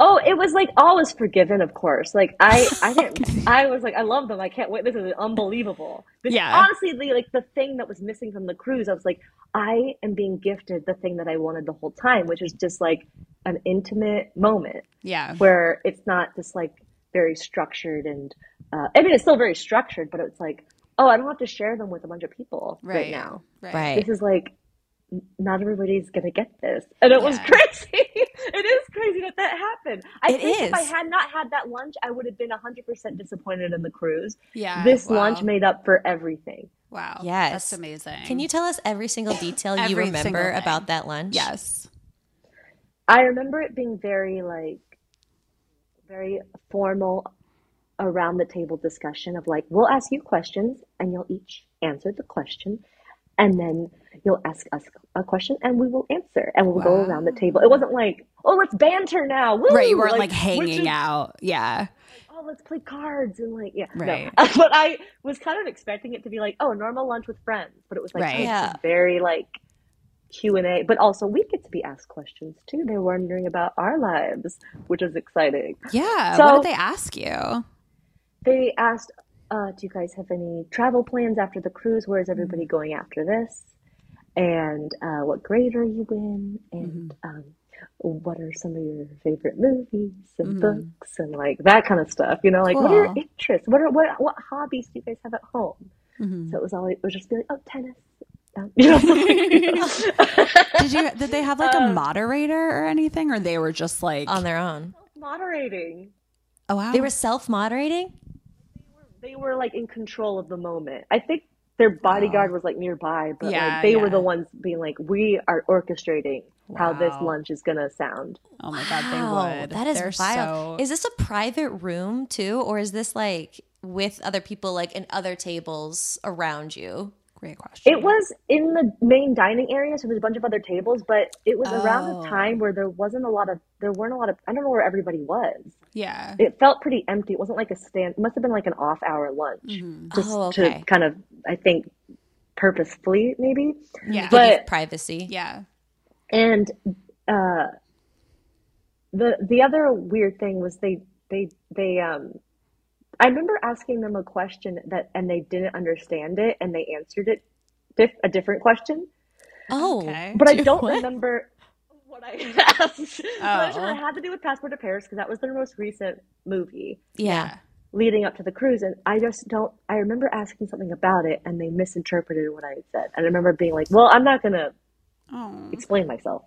Oh, it was like all was forgiven, of course. Like I, I didn't. I was like, I love them. I can't wait. This is unbelievable. This Yeah. honestly, the, like the thing that was missing from the cruise, I was like, I am being gifted the thing that I wanted the whole time, which is just like an intimate moment Yeah. where it's not just like very structured and. Uh, I mean, it's still very structured, but it's like oh, I don't have to share them with a bunch of people right, Right. now. Right. This is like, n- not everybody's gonna get this, and it was Yeah. crazy. *laughs* it is crazy that that happened. I It think if I is. had not had that lunch, I would have been hundred percent disappointed in the cruise. Uh, Yeah. this wow. lunch made up for everything. Wow. Yes. That's amazing. Can you tell us every single detail Every you remember single thing. about that lunch? Yes. I remember it being very like very formal around the table discussion of like we'll ask you questions and you'll each answer the question and then you'll ask us a question and we will answer and we'll go around the table. It wasn't like, oh let's banter now. Woo! Right. You weren't like, which hanging is- out. Yeah. Oh, let's play cards and like yeah. no. Right. *laughs* but I was kind of expecting it to be like, oh, normal lunch with friends. But it was like Right. oh, this Yeah. is very like Q and A. But also we get to be asked questions too. They're wondering about our lives, which is exciting. Yeah. So- what did they ask you? They asked, uh, do you guys have any travel plans after the cruise? Where is everybody going after this? And uh, what grade are you in? And um, what are some of your favorite movies and books and like that kind of stuff? You know, like what are your Cool. interests? What are what what hobbies do you guys have at home? Mhm. So it was always it would just be like, oh, tennis. *laughs* Um, you know? Did you did they have like Um, a moderator or anything or they were just like On their own. *laughs* moderating. Oh wow. um, They were self moderating? they were like in control of the moment. I think their bodyguard was like nearby, but Yeah, like they were yeah. the ones being like, "We are orchestrating how this Wow. lunch is gonna sound." Oh my god, they Wow, would. That is They're wild. so- Is this a private room too, or is this like with other people, like in other tables around you? great question. It was in the main dining area, so there's a bunch of other tables, but it was around Oh. a time where there wasn't a lot of there weren't a lot of I don't know where everybody was. yeah. It felt pretty empty. It wasn't like a stand. It must have been like an off hour lunch, Mm-hmm. just Oh, okay. to kind of I think purposefully maybe. Yeah. But- Give privacy. yeah. And uh, the the other weird thing was they they they um I remember asking them a question that and they didn't understand it and they answered it dif a different question, Oh, Okay. but I don't remember what I *laughs* asked. But I just Oh. remember it had to do with Passport to Paris because that was their most recent movie yeah. leading up to the cruise and I just don't I remember asking something about it and they misinterpreted what I had said. And I remember being like, "Well, I'm not going to Oh. explain myself."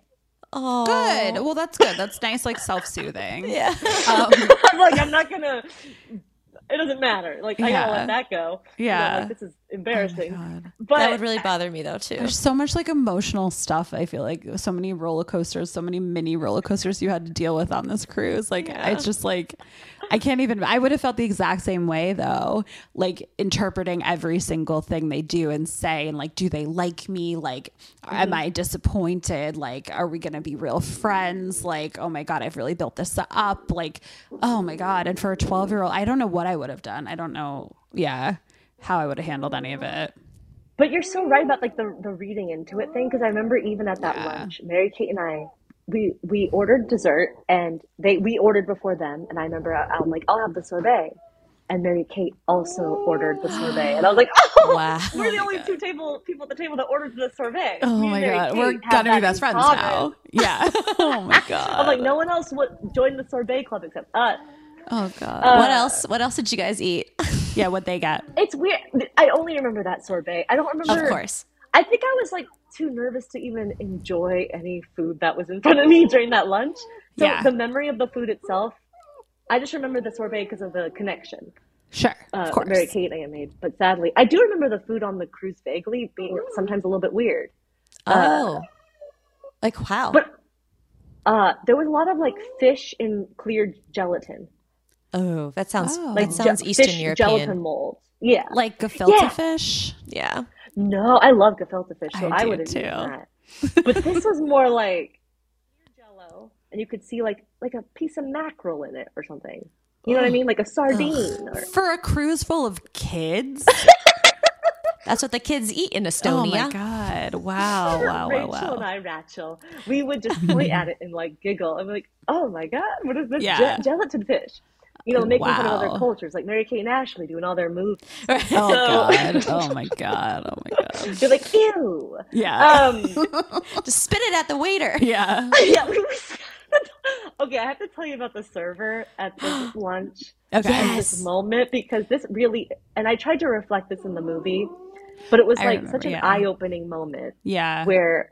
Oh, Good. Well, that's good. That's nice, like self soothing. Yeah. Um, I'm *laughs* like, I'm not gonna. It doesn't matter. Like, I gotta Yeah. let that go. You know, Yeah. Oh like, this is embarrassing. God. but that would really bother me though too. There's so much like emotional stuff. I feel like so many roller coasters, so many mini roller coasters you had to deal with on this cruise. Like it's just like I can't even. I would have felt the exact same way though. Like interpreting every single thing they do and say, and like, do they like me? Like, am I disappointed? Like, are we gonna be real friends? Like, oh my god, I've really built this up. Like, oh my god. And for a 12 year old, I don't know what I would have done. I don't know. Yeah, how I would have handled any of it. but you're so right about like the the reading into it thing because I remember even at that lunch, Mary Kate and I, we we ordered dessert and they we ordered before them, and I remember I, I'm like, I'll have the sorbet, and Mary Kate also ordered the sorbet, and I was like, *laughs* oh. Wow. We're the only two table people at the table that ordered the sorbet. Oh Me and my Mary god, Kate we're have gonna that be in best friends common. now. *laughs* Yeah. oh *laughs* my I'm god. like, no one else would join the sorbet club except us. Oh god. Uh, What else? What else did you guys eat? *laughs* yeah, what they got. It's weird. I only remember that sorbet. I don't of remember. course. I think I was like too nervous to even enjoy any food that was in front of me *laughs* during that lunch. So Yeah. the memory of the food itself, I just remember the sorbet because of the connection Sure. uh, of course. Mary Kate and I made. But sadly, I do remember the food on the cruise vaguely being sometimes a little bit weird. Oh, like wow. Uh, But uh, there was a lot of like fish in clear gelatin, oh, that sounds Oh. that Like sounds Ge- Eastern fish European. gelatin mold. Yeah. like gefilte Yeah. fish. Yeah. No, I love gefilte fish, so I I, do would have too. eaten that. But this was more *laughs* like jello, and you could see like like a piece of mackerel in it or something. You know what I mean? Like a sardine. Or, For a cruise full of kids? That's what the kids eat in *laughs* oh my Estonia. god. Wow, wow, wow, Rachel wow. and I, Rachel, we would just point at it and like giggle and be like, "Oh my god, what is this Yeah. ge- gelatin fish?" You know, making fun of Wow. other cultures, like Mary Kate and Ashley doing all their moves. *laughs* Oh god. Oh *laughs* my god. Oh my god. They're *laughs* like, "Ew." Yeah. Um, *laughs* Just spit it at the waiter. yeah. *laughs* *gasps* yeah, we were. okay, I have to tell you about the server at this lunch. Okay. this moment because this really and I tried to reflect this in the movie, but it was I like remember, such an yeah. eye-opening moment Yeah. where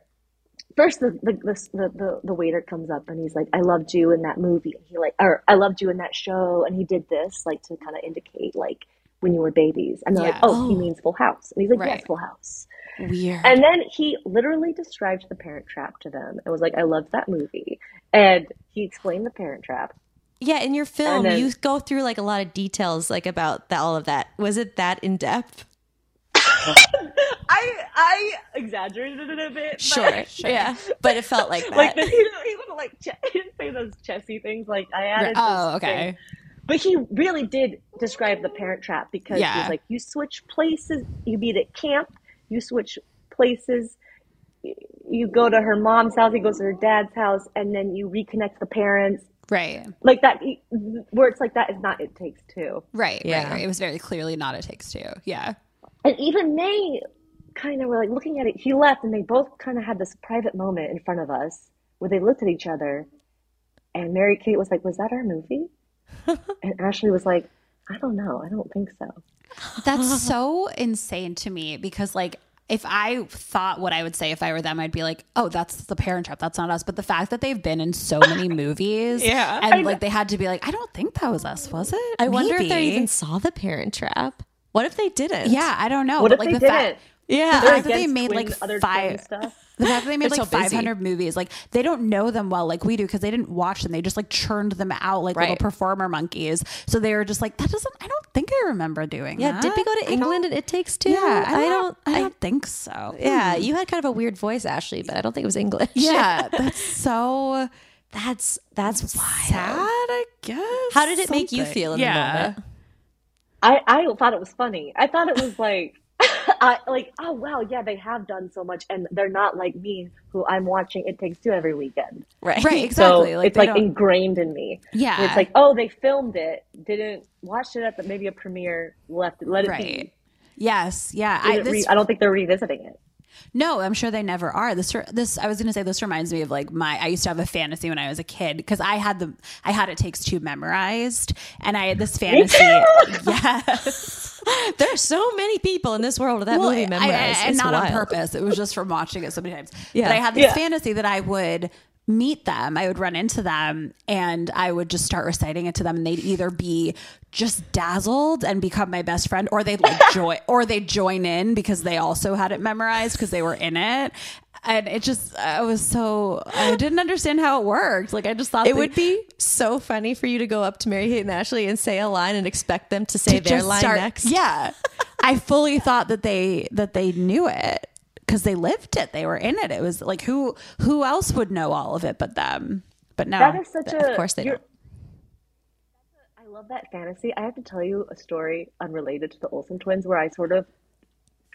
first the the, the the the the waiter comes up and he's like, "I loved you in that movie." He like, or "I loved you in that show," and he did this like to kind of indicate like when you were babies. And they're Yeah. like, "Oh, he means Full House," and he's like, Right. "Yes, Full House." Weird. And then he literally described the Parent Trap to them and was like, "I loved that movie," and he explained the Parent Trap. Yeah, in your film, then- you go through like a lot of details, like about the, all of that. Was it that in *laughs* depth? *laughs* I I exaggerated it a bit. Sure, sure. Yeah, but it felt like that. *laughs* like the, he, didn't, he wouldn't like ch- *laughs* he didn't say those chessy things like I added. Oh, this okay. thing. But he really did describe the parent trap because Yeah. he was like, you switch places, you meet at camp, you switch places, y- you go to her mom's house, he goes to her dad's house, and then you reconnect the parents. Right. Like that, where it's like that is not it takes two. Right. Right. Yeah. Right. It was very clearly not a takes two. Yeah. And even they kind of were like looking at it. He left, and they both kind of had this private moment in front of us where they looked at each other. And Mary Kate was like, "Was that our movie?" and Ashley was like, "I don't know. I don't think so." *laughs* That's so insane to me because like if I thought what I would say if I were them, I'd be like, "Oh, that's the Parent Trap. That's not us." But the fact that they've been in *laughs* so many movies, Yeah. and like they had to be like, "I don't think that was us, was it?" I wonder if they Maybe. even saw the Parent Trap. What if they didn't? Yeah, I don't know. What but, if like they the fact- didn't? The yeah. fact that they Against made twin- like other twin five. stuff. The fact that they made They're like so busy. 500 movies, like they don't know them well, like we do, because they didn't watch them. They just like churned them out like little Right. performer monkeys. So they were just like, that doesn't. I don't think I remember doing. Yeah, that. did we go to I don't- England and It Takes Two? Yeah, I don't. I I don't think so. yeah, you had kind of a weird voice, Ashley, but I don't think it was English. *laughs* yeah, that's so *laughs* that's that's sad. wild. I guess. How did it make you feel in the moment? I I thought it was funny. I thought it *laughs* was like. *laughs* I, like oh wow yeah they have done so much and they're not like me who I'm watching It Takes Two every weekend Right. *laughs* Right, exactly. so like it's they like don't, ingrained in me yeah, It's like, oh, they filmed it, didn't watch it at the, maybe a premiere, left it, let it right. be. Yes, yeah. Didn't I, re- I, this don't think they're revisiting it. No, I'm sure they never are. This this I was going to say this reminds me of like my I used to have a fantasy when I was a kid because I had the I had it takes two memorized and I had this fantasy. *laughs* yes. There's so many people in this world with that Well, movie I- memorized. I- and It's not on wild. purpose. It was just from watching it so many times. Yeah. But I had this Yeah. fantasy that I would meet them, I would run into them, and I would just start reciting it to them, and they'd either be just dazzled and become my best friend, or they'd like join, or they would join in because they also had it memorized because they were in it. And it just, I was so, I didn't understand how it worked. Like, I just thought It they- would be so funny for you to go up to Mary Kate and Ashley and say a line and expect them to say to their just line start- next. Yeah. I fully thought that they that they knew it because they lived it. They were in it. It was like who who else would know all of it but them? But no. That is such Of a. course they you're- don't. I love that fantasy. I have to tell you a story unrelated to the Olsen twins where I sort of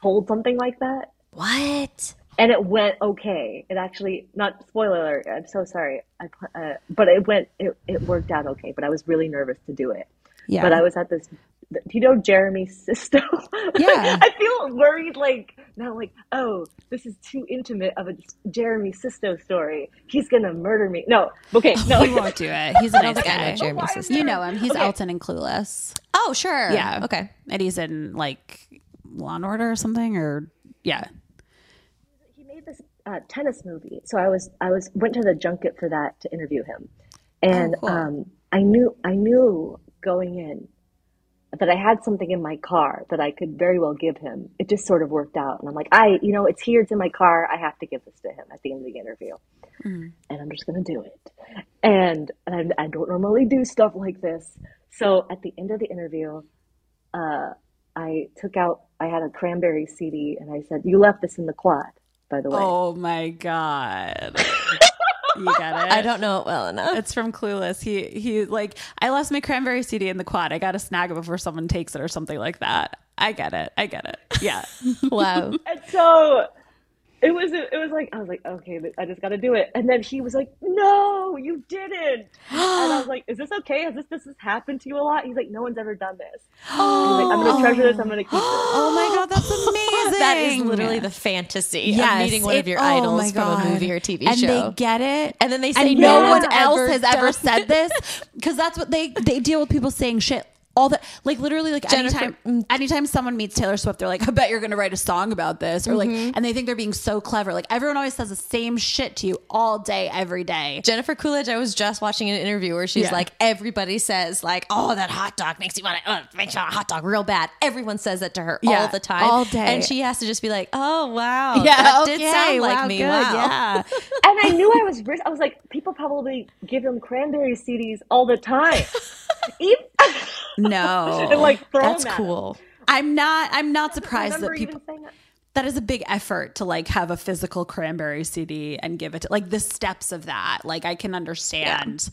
told something like that What? and it went okay. It actually, not spoiler alert, I'm so sorry. I, pl- uh, but it went, it, it worked out okay, but I was really nervous to do it. yeah. But I was at this. Do you know Jeremy Sisto? *laughs* Yeah. I feel worried, like now, like oh, this is too intimate of a Jeremy Sisto story. He's gonna murder me. No, *laughs* okay, no. he won't do it. He's a nice think I know guy. Oh Jeremy Why is Sisto. You know him. He's Elton and Clueless. Oh, sure. Yeah. Okay. And he's in like Law and Order or something or yeah. he made this uh, tennis movie, so I was I was went to the junket for that to interview him, and Oh, cool. um, I knew I knew going in that I had something in my car that I could very well give him. It just sort of worked out, and I'm like, I you know, it's here, it's in my car. I have to give this to him at the end of the interview, and I'm just gonna do it. And, and I, I don't normally do stuff like this, so at the end of the interview, uh, I took out. I had a cranberry CD, and I said, "You left this in the quad." By the way, Oh my god. *laughs* you got it. I don't know it well enough. It's from Clueless. He he like I lost my cranberry CD in the quad. I got to snag it before someone takes it or something like that. I get it. I get it. Yeah. *laughs* *laughs* Wow. so it was it was like I was like okay but I just got to do it and then he was like no you didn't and I was like is this okay has this this has happened to you a lot he's like no one's ever done this oh. I'm gonna treasure this I'm gonna keep this oh my god, that's *laughs* amazing. that is literally the fantasy Yes, of meeting one it- of your oh idols my from a God. movie or TV and show. they get it. And then they say and no no one one's else ever has ever done *laughs* said this because that's what they they deal with people saying shit all that like literally like Jennifer- anytime mm, anytime someone meets Taylor Swift they're like I bet you're going to write a song about this or like and they think they're being so clever like everyone always says the same shit to you all day every day Jennifer Coolidge, I was just watching an interview where she's Yeah. like, everybody says like, oh, that hot dog makes you want to, oh, makes you want a hot dog real bad. Everyone says that to her Yeah, all the time, all day. and she has to just be like, oh wow, Yeah, that okay, did sound like wow, me, good, wow. yeah. And I knew I was rich. I was like, people probably give them cranberry CDs all *laughs* the time. Even, *laughs* no *laughs* and like throw That's them at them. cool. I'm not I'm not I surprised that remember people even saying that. that is a big effort to like have a physical cranberry CD and give it to like the steps of that. Like I can understand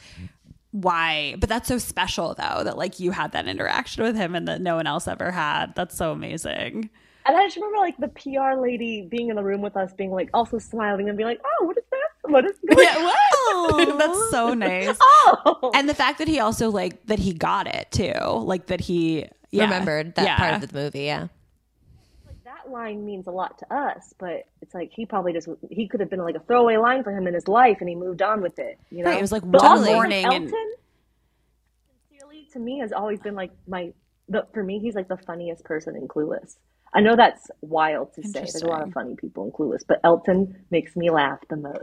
why, but that's so special though that like you had that interaction with him and that no one else ever had. That's so amazing. *laughs* And I just remember like the PR lady being in the room with us, being like also smiling and being like, "Oh, what is that? What is going?" Yeah, what? *laughs* *laughs* that's so nice. Oh, And the fact that he also like that he got it too, like that he yeah. Remembered that Yeah. part of the movie, yeah. that line means a lot to us, but it's like he probably just he could have been like a throwaway line for him in his life, and he moved on with it. You know, Right, it was, like, But one also, like, morning and- Elton, sincerely, to me, has always been like my the for me he's like the funniest person in Clueless. I know that's wild to say. There's a lot of funny people in Clueless, but Elton makes me laugh the most.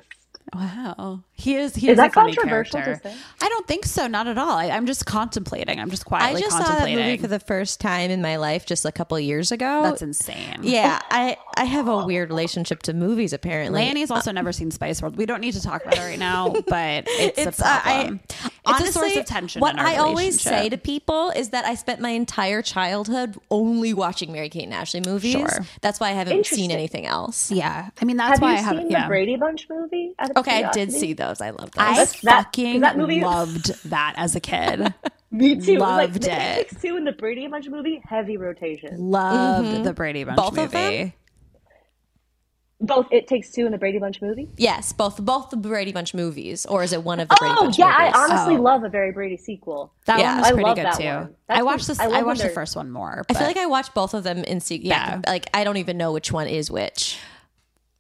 Wow. He is he is, Is that a funny controversial to character. say? I don't think so, not at all. I, I'm just contemplating. I'm just quietly I just saw that contemplating. movie for the first time in my life just a couple years ago. that's insane. *laughs* yeah, I I have a weird relationship to movies apparently. Lanny's also never seen Spice World. We don't need to talk about it right *laughs* now, but it's, It's, a uh, I- problem. it's a source honestly, of tension. What in our I always say relationship. to people is that I spent my entire childhood only watching Mary Kate and Ashley movies. Sure. That's why I haven't seen Interesting. anything else. yeah, I mean that's have why you I have. seen yeah. the Brady Bunch movie? Out of Okay, I did curiosity? see those. I love those. I That's- that- fucking that movie- *laughs* loved that as a *laughs* kid. Me *laughs* too. It was Loved like, the it. Matrix Two and the Brady Bunch movie, heavy rotation. loved the Brady Bunch Both movie. of them? Both It Takes Two and the Brady Bunch movie. yes, both both the Brady Bunch movies, or is it one of the Brady oh Bunch yeah, movies? I honestly Oh. love a Barry Brady sequel. That Yeah. one was I pretty love good that too. one. That's I what- watched this. I I, love when watched the they're- first one more. I feel but- like I watched both of them in sequence. Yeah. like I don't even know which one is which.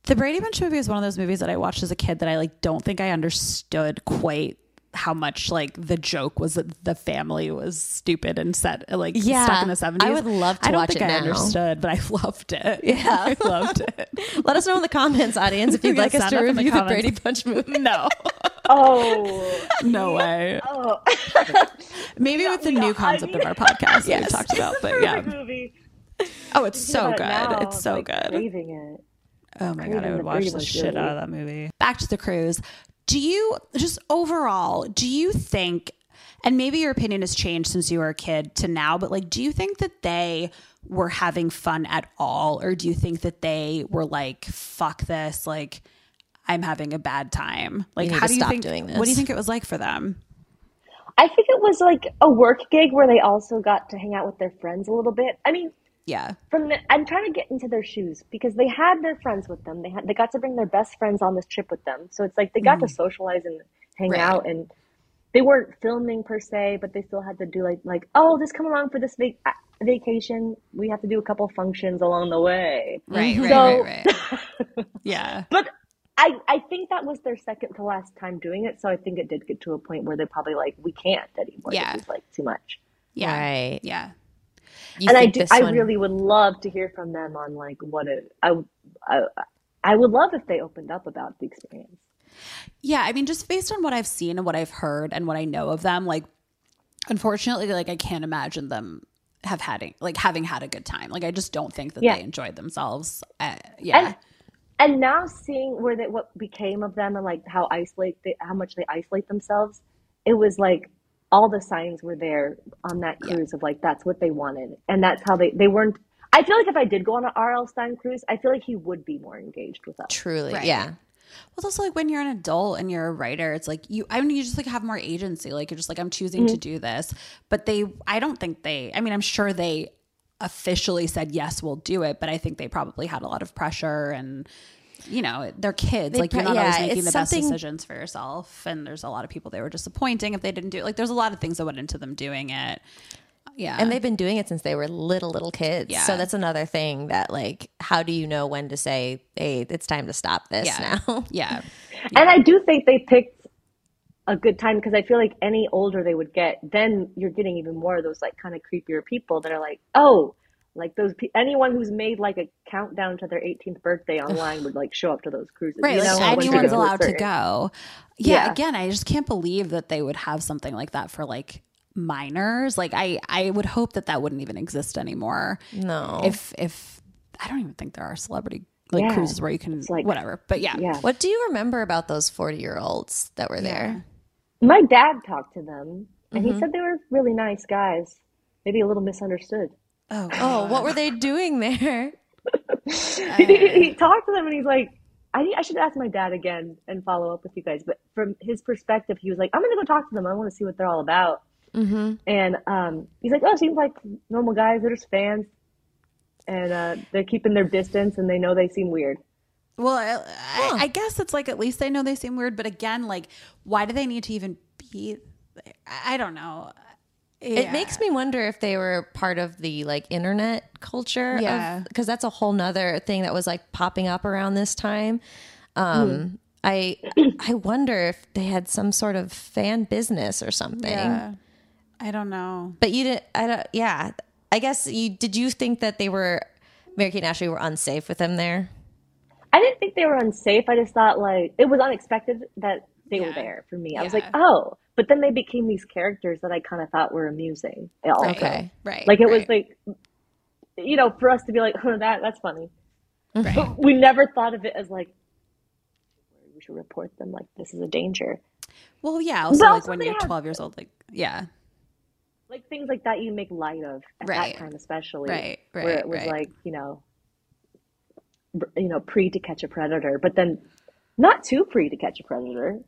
The Brady Bunch movie is one of those movies that I watched as a kid that I like don't think I understood quite how much like the joke was that the family was stupid and set like Yeah. stuck in the 70s. I would love to I don't watch think it I now. understood, but I loved it. Yeah. *laughs* I loved it. Let us know in the comments, audience, if *laughs* you'd Yeah, like us sound to off in the review the, comments. Brady Bunch movie. *laughs* No. *laughs* Oh, *laughs* No way. oh, Maybe with the we new all- concept I of our podcast that we've talked about, *laughs* but perfect yeah. movie. Oh, it's so About good. it now, It's so like, good. Craving it. Oh my god, I Craving would the watch Brady the Bunch shit movie. out of that movie. Back to the cruise. Do you just overall, do you think and maybe your opinion has changed since you were a kid to now, but like do you think that they were having fun at all or do you think that they were like fuck this, like I'm having a bad time? Like need how to do you stop think doing What do you this. think it was like for them? I think it was like a work gig where they also got to hang out with their friends a little bit. I mean, Yeah. from the, I'm trying to get into their shoes because they had their friends with them. They had they got to bring their best friends on this trip with them. So it's like they Mm. got to socialize and hang out and they weren't filming per se, but they still had to do like like oh just come along for this vac- vacation. We have to do a couple functions along the way. Mm-hmm. Right, right, So- right, right. *laughs* yeah. But I I think that was their second to last time doing it. So I think it did get to a point where they're probably like we can't anymore. Yeah. This is like too much. Yeah. Right. Yeah. You and I think do, this I one- really would love to hear from them on like what it, I, I I would love if they opened up about the experience. Yeah, I mean, just based on what I've seen and what I've heard and what I know of them, like, unfortunately, like I can't imagine them have had like having had a good time. Like, I just don't think that Yeah. they enjoyed themselves. Uh, yeah, And and now seeing where they what became of them and like how isolate they, how much they isolate themselves, it was like all the signs were there on that cruise of like that's what they wanted and that's how they they weren't. I feel like if I did go on a RL Stein cruise, I feel like he would be more engaged with us. truly, Right. yeah. well, it's also like when you're an adult and you're a writer, it's like you. I mean, you just like have more agency. Like, you're just like, I'm choosing Mm-hmm. to do this. But they, I don't think they. I mean, I'm sure they officially said yes, we'll do it. But I think they probably had a lot of pressure and. You know, they're kids. like you're pro- not always yeah, making it's the best something- decision. decisions for yourself and there's a lot of people they were disappointing if they didn't do it like there's a lot of things that went into them doing it yeah And they've been doing it since they were little, little kids. Yeah. So that's another thing that, like, how do you know when to say, hey, it's time to stop this yeah now? *laughs* yeah And I do think they picked a good time because I feel like any older they would get, then you're getting even more of those like kind of creepier people that are like, oh, like those pe- anyone who's made like a countdown to their 18th birthday online would like show up to those cruises. Right, you like know, once you get anyone's to a allowed to certain- go. Yeah, Yeah. again, I just can't believe that they would have something like that for like minors. Like I I would hope that that wouldn't even exist anymore. No. If if I don't even think there are celebrity like Yeah. cruises where you can like- whatever. But yeah. Yeah, what do you remember about those 40 year olds that were there? my dad talked to them, and he said they were really nice guys. Maybe a little misunderstood. Oh, Oh, what were they doing there? he, he talked to them and he's like, I, need, I should ask my dad again and follow up with you guys. But from his perspective, he was like, I'm going to go talk to them. I want to see what they're all about. And um, he's like, oh, seems like normal guys. They're just fans. And uh, they're keeping their distance and they know they seem weird. Well, I, I, I guess it's like at least they know they seem weird, but again, like why do they need to even be? there? I I don't know. It makes me wonder if they were part of the like internet culture. Yeah. Because that's a whole nother thing that was like popping up around this time. Hmm. Um, I I wonder if they had some sort of fan business or something. Yeah. I don't know. But you didn't. I don't. Yeah. I guess you did. You think that they were Mary Kate and Ashley were unsafe with them there? I didn't think they were unsafe. I just thought like it was unexpected that they were there for me. I was like, oh, but then they became these characters that I kind of thought were amusing. Also. Okay. Right. Like it right. was like, you know, for us to be like, oh, that that's funny. But we never thought of it as like, we should report them. Like this is a danger. Well, yeah. Also, Well, like so when they you're have- 12 years old, like, yeah. Like things like that you make light of at Right. that time, especially Right, where right, it was right. like you know, br- you know, pre to catch a predator, but then not too pre to catch a predator.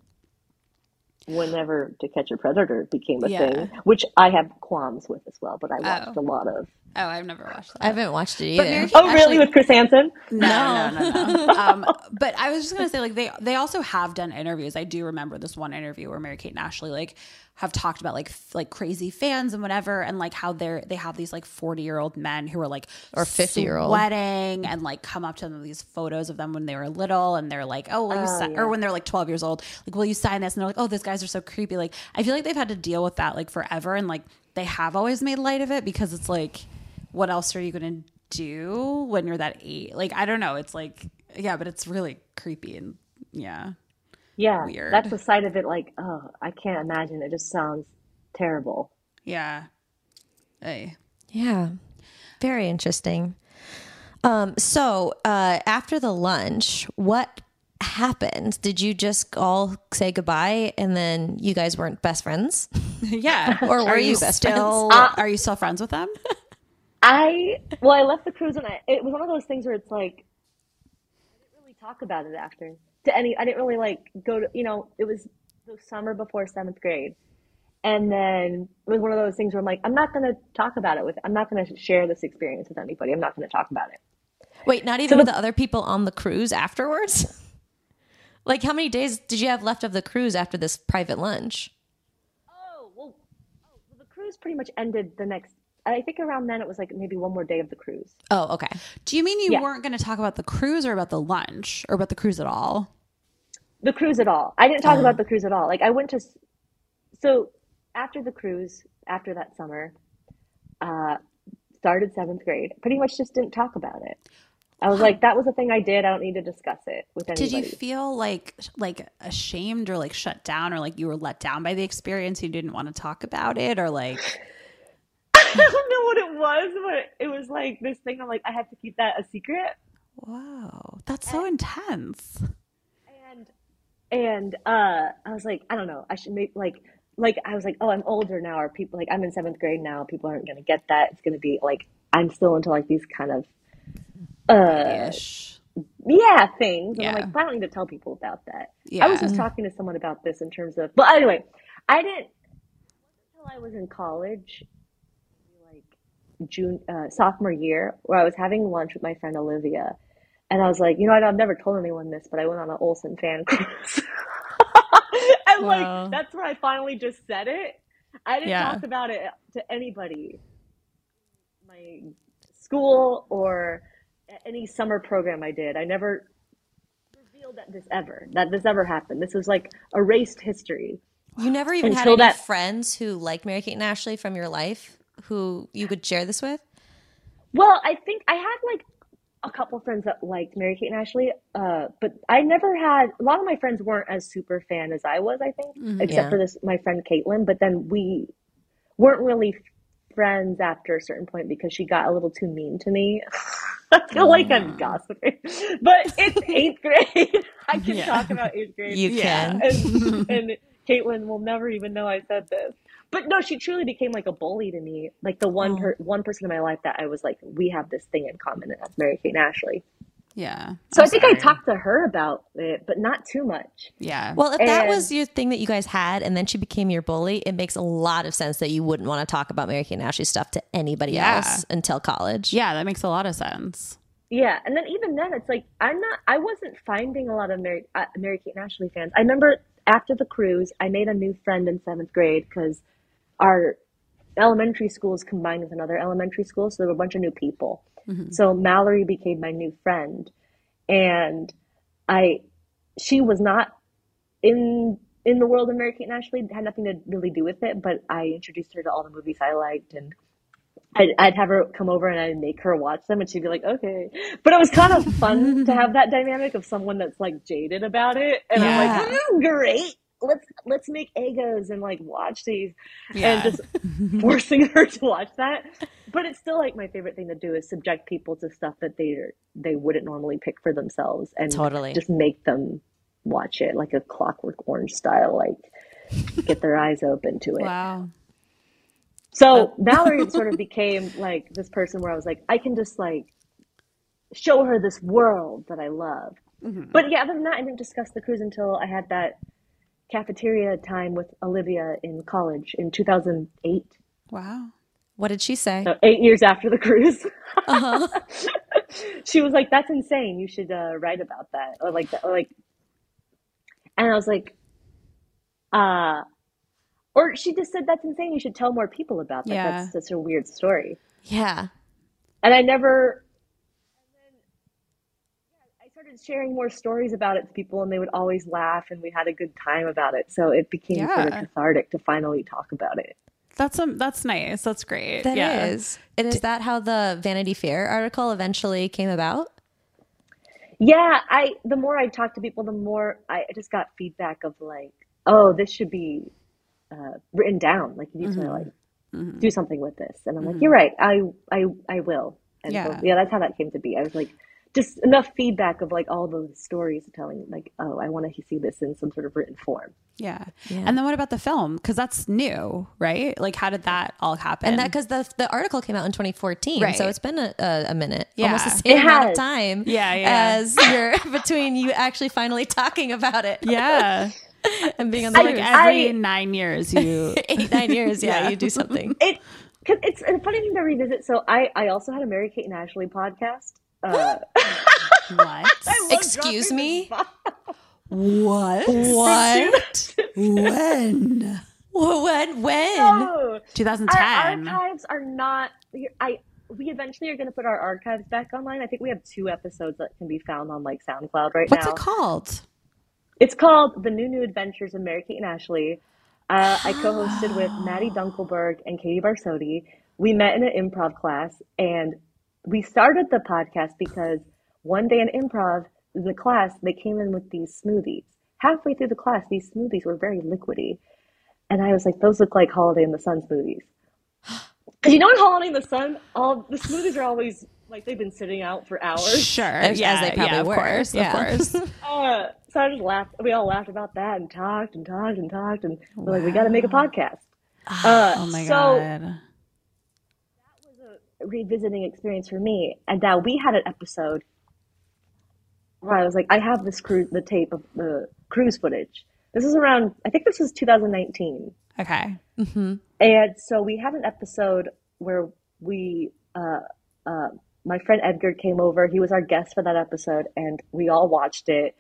Whenever to catch a predator became a Yeah. thing, which I have qualms with as well, but I watched Oh. a lot of. Oh, I've never watched that. I haven't watched it either. Mary- Oh, Actually- really? With Chris Hansen? No, no, no, *laughs* no. um, but I was just gonna say, like they they also have done interviews. I do remember this one interview where Mary Kate and Ashley like have talked about like f- like crazy fans and whatever, and like how they're they have these like forty year old men who are like Or 50-year-old. wedding and like come up to them with these photos of them when they were little, and they're like, oh, will you sign? Or when they're like twelve years old, like will you sign this? And they're like, oh, these guys are so creepy. Like I feel like they've had to deal with that like forever, and like they have always made light of it because it's like what else are you gonna do when you're that eight? Like I don't know. It's like yeah, but it's really creepy and yeah. Yeah, Weird. that's the side of it. Like, oh, I can't imagine. It just sounds terrible. Yeah. Hey. *laughs* Yeah. Very interesting. Um, so uh, after the lunch, what happened? Did you just all say goodbye and then you guys weren't best friends? Yeah. Or were you best still are you still friends with them? I well, I left the cruise and I, it was one of those things where it's like I didn't really talk about it after to any. I didn't really like go to you know. It was the summer before seventh grade, and then it was one of those things where I'm like, I'm not going to talk about it with. I'm not going to share this experience with anybody. I'm not going to talk about it. Wait, not even with the other people on the cruise afterwards? *laughs* like, how many days did you have left of the cruise after this private lunch? Oh well, oh, well, the cruise pretty much ended the next. I think around then it was like maybe one more day of the cruise. Oh, okay. *laughs* Do you mean you Yeah. weren't gonna talk about the cruise or about the lunch or about the cruise at all? the cruise at all. I didn't talk about the cruise at all. Like I went to, s- so after the cruise, after that summer, uh, started seventh grade. Pretty much just didn't talk about it. I was like, that was a thing I did. I don't need to discuss it with Did you anybody. feel like like ashamed or like shut down or like you were let down by the experience? You didn't want to talk about it or like I don't know what it was, but it was like this thing. I'm like, I have to keep that a secret. whoa, that's so intense. and and uh i was like i don't know i should make like like i was like oh i'm older now or people like i'm in seventh grade now people aren't gonna get that it's gonna be like i'm still into like these kind of uh Ish. yeah things and i'm Yeah. like i don't need to tell people about that i Yeah. was just talking to someone about this in terms of but anyway i didn't until i was in college like june uh, sophomore year where i was having lunch with my friend olivia and i was like you know what i've never told anyone this but i went on an olsen fan *laughs* cruise and Wow. like that's where i finally just said it i didn't Yeah. talk about it to anybody my school or a- any summer program i did i never revealed that this ever that this ever happened this was like erased history You never even had Until any that- friends who like Mary Kate and Ashley from your life who you could share this with? Well, I think I had like a couple friends that liked Mary Kate and Ashley, uh, but I never had a lot of my friends weren't as super fan as I was. I think, except Yeah. for this my friend Caitlin. But then we weren't really friends after a certain point because she got a little too mean to me. *laughs* I feel like I'm gossiping, but it's eighth grade. *laughs* I can talk about eighth grade You can. and, and Caitlin will never even know I said this. But no, she truly became like a bully to me. Like the Oh. one per- one person in my life that I was like, we have this thing in common, and that's Mary Kate and Ashley. Yeah. So i I'm think I sorry. talked to her about it, but not too much. Yeah. Well, if that And- was your thing that you guys had and then she became your bully, it makes a lot of sense that you wouldn't want to talk about Mary Kate and Ashley stuff to anybody Yeah. else until college. yeah, that makes a lot of sense. Yeah, and then even then, it's like I'm not. I wasn't finding a lot of Mary uh, Mary Kate and Ashley fans. I remember after the cruise, I made a new friend in seventh grade because our elementary schools combined with another elementary school, so there were a bunch of new people. So Mallory became my new friend, and I, she was not in in the world of Mary Kate and Ashley. Had nothing to really do with it, but I introduced her to all the movies I liked and. I'd, I'd have her come over and I'd make her watch them, and she'd be like, "Okay." But it was kind of fun to have that dynamic of someone that's like jaded about it, and I'm like, Yeah. "Mm, "Great, let's let's make egos and like watch these," Yeah. and just forcing her to watch that. But it's still like my favorite thing to do is subject people to stuff that they they wouldn't normally pick for themselves, and Totally. just make them watch it like a Clockwork Orange style, like get their eyes open to it. Wow. *laughs* So Mallory sort of became like this person where I was like, I can just like show her this world that I love. Mm-hmm. But yeah, other than that, I didn't discuss the cruise until I had that cafeteria time with Olivia in college in 2008. Wow. What did she say? So eight years after the cruise. Uh-huh. *laughs* she was like, "That's insane. You should uh, write about that." Or like, or like, and I was like, uh, or she just said, "That's insane. You should tell more people about that. Yeah. That's such a weird story." Yeah. and I never. and then I started sharing more stories about it to people, and they would always laugh, and we had a good time about it. So it became sort of Yeah. cathartic to finally talk about it. That's um that's nice. That's great. That is. yeah. And is that how the Vanity Fair article eventually came about? Yeah, I the more I talked to people, the more I just got feedback of like, oh, this should be uh, written down. Like you need to like do something with this. And I'm like, you're right. I I I will. And so, Yeah. yeah, that's how that came to be. I was like, just enough feedback of like all the stories telling like, oh, I want to see this in some sort of written form. Yeah. And then what about the film? Because that's new, right? Like, how did that all happen? And that because the the article came out in 2014, so Right. it's been a, a, a minute, Yeah. almost the same It amount of has. time, Yeah, yeah. as you're *laughs* between you actually finally talking about it, yeah. and being on the So, like podcast. every I- nine *laughs* years, you. *laughs* eight nine years, yeah, Yeah. you do *laughs* something. It cause it's a funny thing to revisit. So I I also had a Mary Kate and Ashley podcast. Uh, what? Excuse me, What? what? When? *laughs* Wh- when? When? oh. 2010. Our archives are not. I we eventually are going to put our archives back online. I think we have two episodes that can be found on like SoundCloud right What's now. it called? It's called The New New Adventures of Mary Kate and Ashley. Uh, I co-hosted with Maddie Dunkelberg and Katie Barsodi. We met in an improv class, and we started the podcast because one day in improv, the class they came in with these smoothies. Halfway through the class, these smoothies were very liquidy, and I was like, "Those look like Holiday in the Sun smoothies." Because you know, in Holiday in the Sun, all the smoothies are always like they've been sitting out for hours. Sure. As- as yeah, they probably yeah, of were. course. Yeah. *laughs* Of course. Uh, so I just laughed. We all laughed about that and talked and talked and talked and we're like, we got to make a podcast. Uh, Oh my So god. revisiting experience for me, and now we had an episode where I was like, I have this cruise, the tape of the cruise footage. This is around, I think this was 2019. Okay. And so we had an episode where we, uh, uh, my friend Edgar came over. He was our guest for that episode, and we all watched it.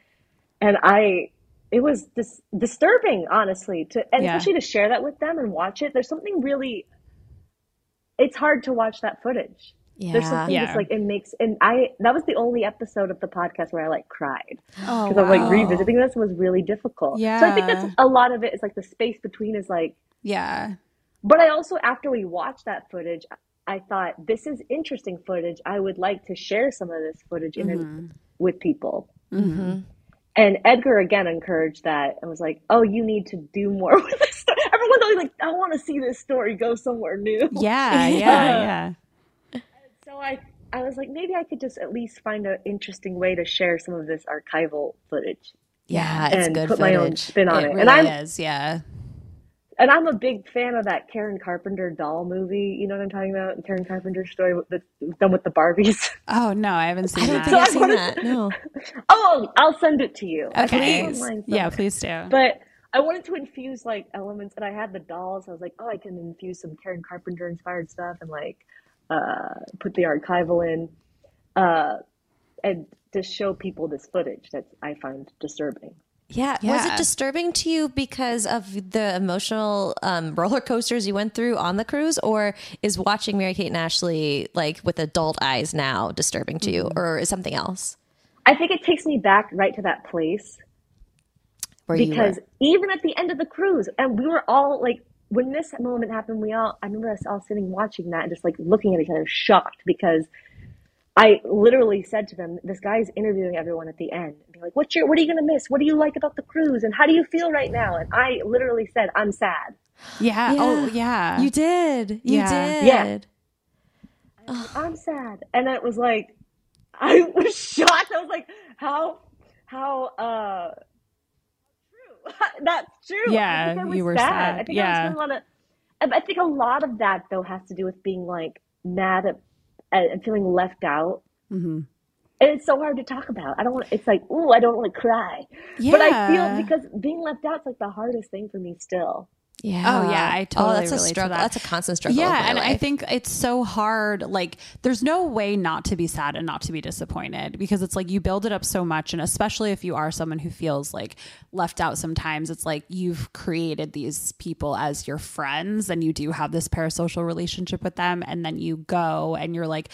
And I, it was dis- disturbing, honestly, to and Yeah. especially to share that with them and watch it. There's something really, it's hard to watch that footage. There's something Yeah. just like it makes and I that was the only episode of the podcast where I like cried because I'm like revisiting this was really difficult. So I think Oh, Yeah. that's a lot of it is like the space between is like Yeah. but I also, after we watched that footage, I thought this is interesting footage. I would like to share some of this footage in it with people. And Edgar again encouraged that and was like, "Oh, you need to do more *laughs* with this story." Everyone's always like, "I want to see this story go somewhere new." *laughs* Yeah. Yeah. Yeah. So I, I was like, maybe I could just at least find an interesting way to share some of this archival footage *laughs* Yeah, it's and good put footage. my own spin on it. It and I'm really is. Yeah. And I'm a big fan of that Karen Carpenter doll movie. You know what I'm talking about? Karen Carpenter's story with the, done with the Barbies. *laughs* Oh no, *laughs* I haven't seen I don't that. think I've I seen wanna- that. No. oh, I'll send it to you. I think okay. it's online Yeah, somewhere. please do. But I wanted to infuse like elements, and I had the dolls. I was like, oh, I can infuse some Karen Carpenter inspired stuff, and like uh, put the archival in, uh, and just show people this footage that I find disturbing. Yeah. Was it Yeah. disturbing to you because of the emotional um, roller coasters you went through on the cruise, or is watching Mary Kate and Ashley like with adult eyes now disturbing to you, Mm-hmm. or is something else? I think it takes me back right to that place Where because even at the end of the cruise, and we were all like, when this moment happened, we all, I remember us all sitting watching that and just like looking at each other shocked because I literally said to them, this guy's interviewing everyone at the end. And they're like, what's your, what are you going to miss? What do you like about the cruise? And how do you feel right now? And I literally said, I'm sad. yeah. Oh Yeah. yeah. you were. you did, you Yeah. did, Yeah. I'm sad. And it was like, *laughs* I was shocked. I was like, how, how, uh, true. *laughs* That's true. I Yeah, think I was you were sad. I think Yeah. I was feeling a lot of, I think a lot of that though has to do with being like mad at, at and feeling left out. Mm-hmm. And it's so hard to talk about. I don't want, it's like, ooh, I don't want to cry. But I Yeah. feel because being left out's like the hardest thing for me still. yeah. Oh, yeah, I oh, totally that's a relate to struggle. that. That's a constant struggle. Yeah, of my and I life. think it's so hard. Like, there's no way not to be sad and not to be disappointed because it's like you build it up so much, and especially if you are someone who feels like left out sometimes, it's like you've created these people as your friends, and you do have this parasocial relationship with them, and then you go and you're like.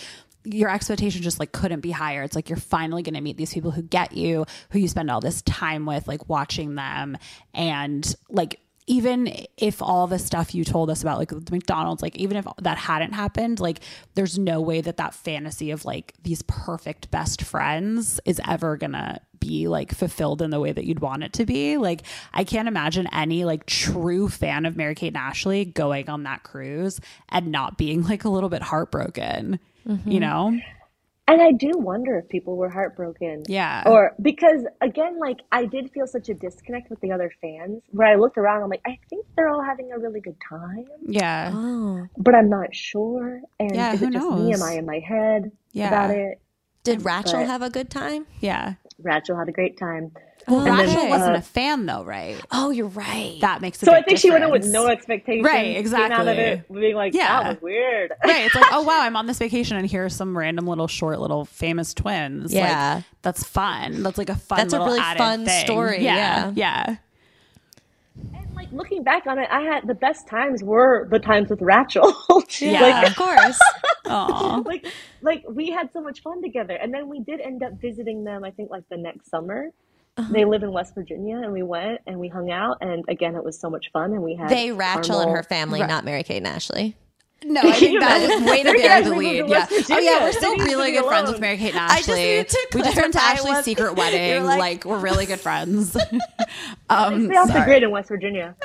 Your expectation just like couldn't be higher. It's like you're finally going to meet these people who get you, who you spend all this time with, like watching them and like even if all the stuff you told us about like the McDonald's like even if that hadn't happened like there's no way that that fantasy of like these perfect best friends is ever going to be like fulfilled in the way that you'd want it to be like I can't imagine any like true fan of Mary Kate and Ashley going on that cruise and not being like a little bit heartbroken you know And I do wonder if people were heartbroken. Yeah. Or because again, like I did feel such a disconnect with the other fans where I looked around, I'm like, I think they're all having a really good time, yeah Oh, but I'm not sure. And Yeah, is it who just me? knows? Am I in my head Yeah. about it? did Rachel But- have a good time? yeah Rachel had a great time. well Rachel then, wasn't uh, a fan though right Oh, you're right. that makes a So I big think she went in with difference. no expectations. Right, Came out of it exactly. being like, Yeah. that was weird. *laughs* right. It's like, oh wow, I'm on this vacation and here's some random little short little famous twins. Like, Yeah. that's fun. That's like a fun. That's a little really added fun thing. story, Yeah. Yeah. And like looking back on it, I had the best times were the times with Rachel. *laughs* Yeah. Like, *laughs* of course. Aw. like like we had so much fun together and then we did end up visiting them i think like the next summer Uh-huh. they live in west virginia and we went and we hung out and again it was so much fun and we had they Rachel and caramel- her family, not Mary Kate and *laughs* Ashley. No, I think that Can *laughs* was you *laughs* way to imagine? bury the Mary lead. Kate Yeah. was in West Oh Virginia. yeah, we're still They need to really be good friends alone. with Mary Kate and I just Ashley. needed to we just went to clarify Ashley's what- secret *laughs* You're wedding. like- Like, we're really good *laughs* friends. um, they also sorry. great in *laughs* west virginia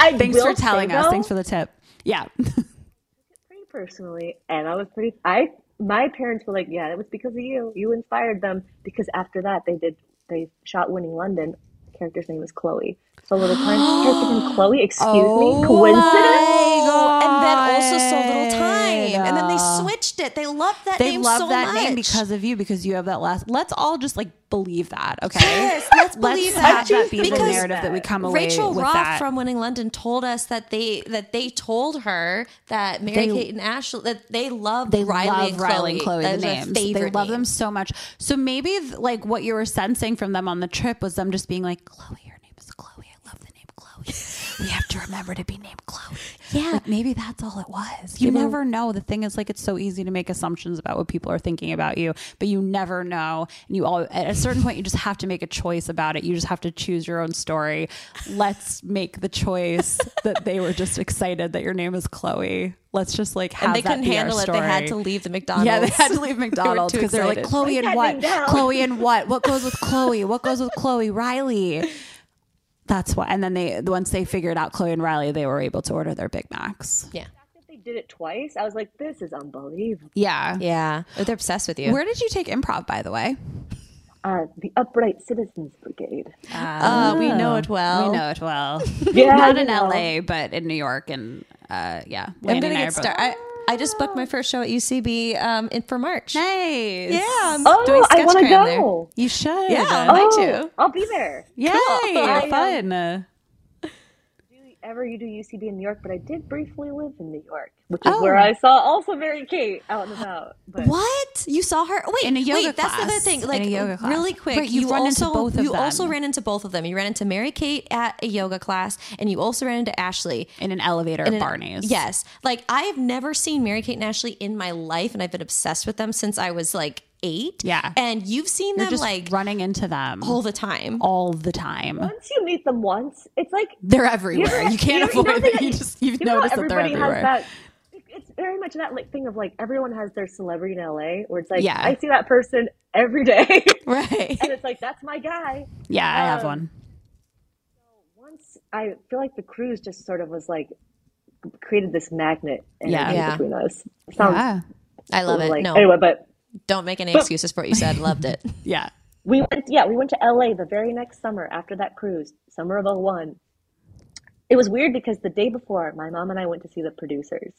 I Thanks will for telling say, us. though, Thanks for the tip. Yeah. pretty personally and i was pretty i my parents were like yeah it was because of you you inspired them because after that they did they shot winning london character's name was chloe so *gasps* little time character named chloe excuse Oh me coincidence Oh, and then also so little time, and then they switched it. They loved that They name love so that much. name because of you, because you have that last. Let's all just like believe that, okay? Yes, let's believe that. have that be the Because narrative that we come away Rachel with. Roth that. from Winning London told us that they that they told her that Mary They- Kate and Ashley that they love they Riley love and Chloe. Riley and Chloe. That The is their names they favorite love them names. so much. So maybe th- like what you were sensing from them on the trip was them just being like, Chloe, your name is Chloe. I love the name Chloe. We have to remember to be named Chloe. Yeah. Like, maybe that's all it was. You never know. The thing is, like, it's so easy to make assumptions about what people are thinking about you, but you never know. And you all, at a certain point, you just have to make a choice about it. You just have to choose your own story. Let's make the choice that they were just excited that your name is Chloe. Let's just like have and they that couldn't be our handle it. They had story. to leave the McDonald's. Yeah, they had *laughs* to leave McDonald's too because they were like excited. Chloe and what? Shutting down. Chloe *laughs* and what? What goes with Chloe? What goes with Chloe Riley? That's why. And then they once they figured out Chloe and Riley, they were able to order their Big Macs. yeah, If they did it twice, I was like, this is unbelievable. Yeah. Oh, yeah. They're obsessed with you. Where did you take improv, by the way? Uh, the Upright Citizens *laughs* Brigade. uh, we Oh. know it well. Oh. We know it *laughs* well. Yeah, Not you in know. LA, but in New York, and uh, yeah. I'm gonna get started. I, I just booked my first show at UCB um, in for March. Nice. Yeah, I'm Oh, doing I sketch want to cram there. go. You should. Yeah, I Oh, might too. I'll be there. Yay. I, um, Fun. Ever you do UCB in New York, but I did briefly live in New York, which is Oh. where I saw also Mary Kate out and about. But What you saw her? Wait, In a yoga wait, that's the other class. thing. In Like a yoga class. really quick, Right, you've you run into also both of you also them. ran into both of them. You ran into Mary Kate at a yoga class, and you also ran into Ashley. in an elevator in at an- Barney's. Yes, like I have never seen Mary Kate and Ashley in my life, and I've been obsessed with them since I was like eight. Yeah. and you've seen You're them just like running into them all the time. all the time. once you meet them once, it's like They're everywhere. You know- You can't you know- avoid you know them. *laughs* that- You just you've you know how noticed that they're everybody everywhere. Has *laughs* that, it's very much that like thing of like everyone has their celebrity in LA, where it's like Yeah. I see that person every day, *laughs* Right. and it's like that's my guy. yeah, I have Um, one. Once I feel like the cruise just sort of was like created this magnet energy Yeah. Yeah. between us. Sounds Yeah. I love it. like no, anyway, but don't make any excuses for what you said. Loved it. Yeah. we went yeah we went to la the very next summer after that cruise summer of 01 it was weird because the day before my mom and i went to see the producers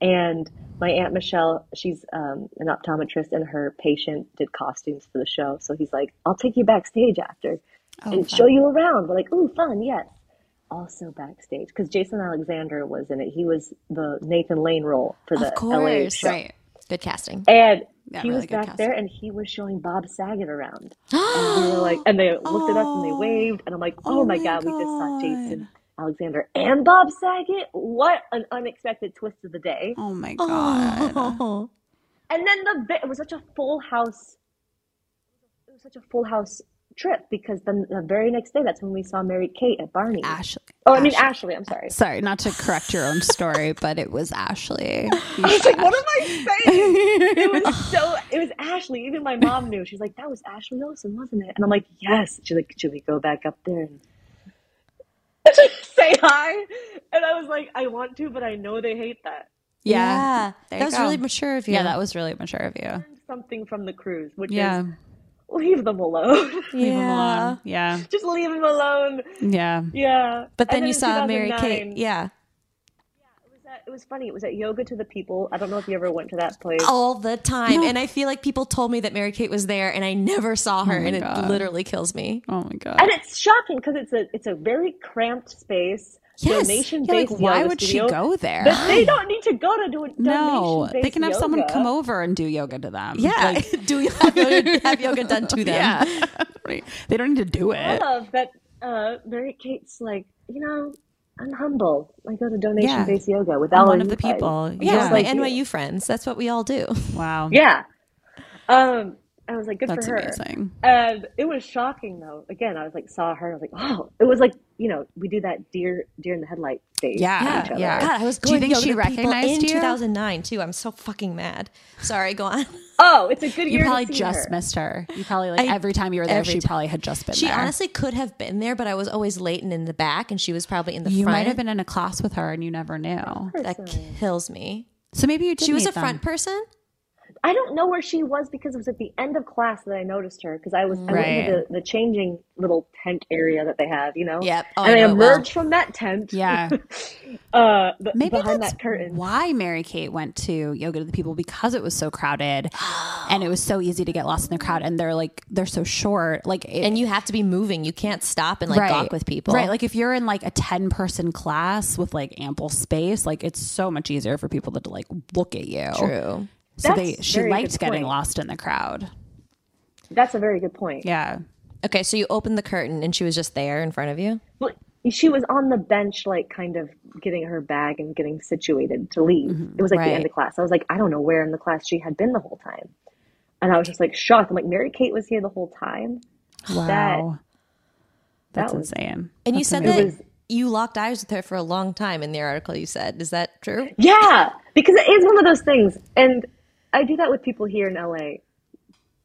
and my aunt michelle she's um, an optometrist and her patient did costumes for the show so he's like i'll take you backstage after Oh, and show you around we're like ooh fun yes also backstage because jason alexander was in it he was the nathan lane role for the Of la course. show Right. Good casting. and he really was good back cast. there and he was showing Bob Saget around. and we were like, and they looked at us and they waved, and I'm like, oh, my god, we just saw Jason Alexander and Bob Saget. What an unexpected twist of the day! Oh my god. *laughs* Uh-huh. And then the vi- it was such a full house. It was such a full house trip because then the very next day, that's when we saw Mary Kate at Barney. Ashley. oh, I mean Ashley. I'm sorry. Sorry, not to correct your own *laughs* story, but it was Ashley. You I was like, what am *laughs* I saying? *laughs* it *laughs* was so. It was Ashley. Even my mom knew. She's like, that was Ashley Olsen, wasn't it? And I'm like, yes. She's like, should we go back up there and *laughs* say hi? And I was like, I want to, but I know they hate that. yeah. There that you was go. really mature of you. Yeah, that was really mature of you. Something from the cruise, which Yeah. is leave them alone. *laughs* Leave him alone. Yeah. Just leave them alone. Yeah. Yeah. But then And you in saw Mary 2009, Kate. Yeah. It was, at, it was funny. It was at Yoga to the People. I don't know if you ever went to that place. All the time. And I feel like people told me that Mary Kate was there and I never saw her. and it Oh God. literally kills me. Oh my god. And it's shocking because it's a it's a very cramped space. Yes. Donation Yeah, like based. why would she go there? But they don't need to go to do a *gasps* No, donation-based they can have someone yoga. come over and do yoga to them. Yeah. *laughs* Like, Do you have yoga, have yoga done to them? yeah. *laughs* Right. They don't need to do I it. love that uh, Mary Kate's like, you know, I'm humble. I go to donation based yoga with I'm Ellen one of the Yupik. people. Just Yeah, Yeah. with my like you. NYU friends. That's what we all do. Wow. Yeah. Um, I was like, good That's for her. amazing. And it was shocking though. Again, I was like, saw her. I was like, oh, it was like, you know, we do that deer deer in the headlight stage. Yeah, with each other. yeah. God, I was Do you going think to she yoga to people recognized in you? 2009 too. I'm so fucking mad. Sorry, *laughs* go on. Oh, it's a good year. You probably to see just her. missed her. You probably like every time you were there, she probably had just been She there. honestly could have been there, but I was always late and in the back, and she was probably in the you front. might have been in a class with her and you never knew. That kills me. So maybe you did. She was meet a front them. person. I don't know where she was because it was at the end of class that I noticed her because I was I went Right. into the, the changing little tent area that they have, you know. Yep. Oh, and I I, know it well. emerged from that tent. *laughs* Yeah. Uh, b- Maybe behind that's that curtain. why Mary Kate went to Yoga to the People because it was so crowded and it was so easy to get lost in the crowd. And they're like, they're so short. Like, it, And you have to be moving. You can't stop and like gawk with people. Right. Like if you're in like a 10 person class with like ample space, like it's so much easier for people to like look at you. true. So That's they she very liked good getting point. lost in the crowd. That's a very good point. Yeah. Okay, so you opened the curtain and she was just there in front of you. But she was on the bench, like kind of getting her bag and getting situated to leave. It was like the end Mm-hmm. Right. of class. I was like, I don't know where in the class she had been the whole time. And I was just like shocked. I'm like, Mary Kate was here the whole time. Wow. That's that was- insane. And you said amazing. that It was- you locked eyes with her for a long time in the article you said. Is that true? Yeah, because it is one of those things. And I do that with people here in LA.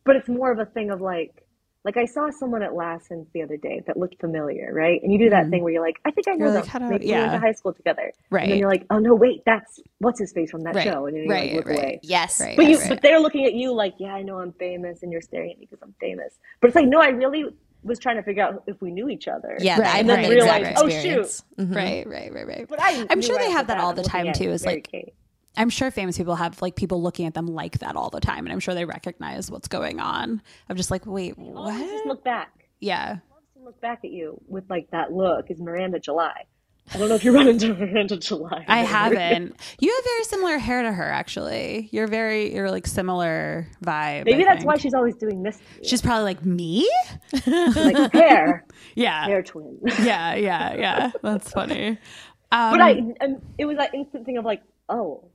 But it's more of a thing of like, like I saw someone at Lasson's the other day that looked familiar, right? And you do that thing where you're like, I think I Mm-hmm. know You're them. like, how do I- Maybe we went yeah. to high school together. And Right. then you're like, oh no, wait, that's what's his face from that Right, show. And then you right, like look right. away. Yes. Right. But you, Yes. but they're looking at you like, yeah, I know I'm famous, and you're staring at me because I'm famous. But it's like, no, I really was trying to figure out if we knew each other. Yeah, Right, I've and had then that realize, exact oh, shoot. experience. Mhm. Right, right, right, right. But I I'm knew sure they right have off the that all bat, the I'm looking time at too. Is Mary like Kate. I'm sure famous people have like people looking at them like that all the time, and I'm sure they recognize what's going on. I'm just like, wait, Always Oh, just what? look back. Yeah, to look back at you with like that look is Miranda July. I don't know if you run into *laughs* Miranda July. I haven't. You have very similar hair to her, actually. You're very, you're like similar vibe. Maybe I that's think. why she's always doing this. *laughs* she's probably like me. Like hair, Yeah, hair twin. *laughs* yeah, yeah, yeah. That's funny. Um, But I, and it was that instant thing of like, oh,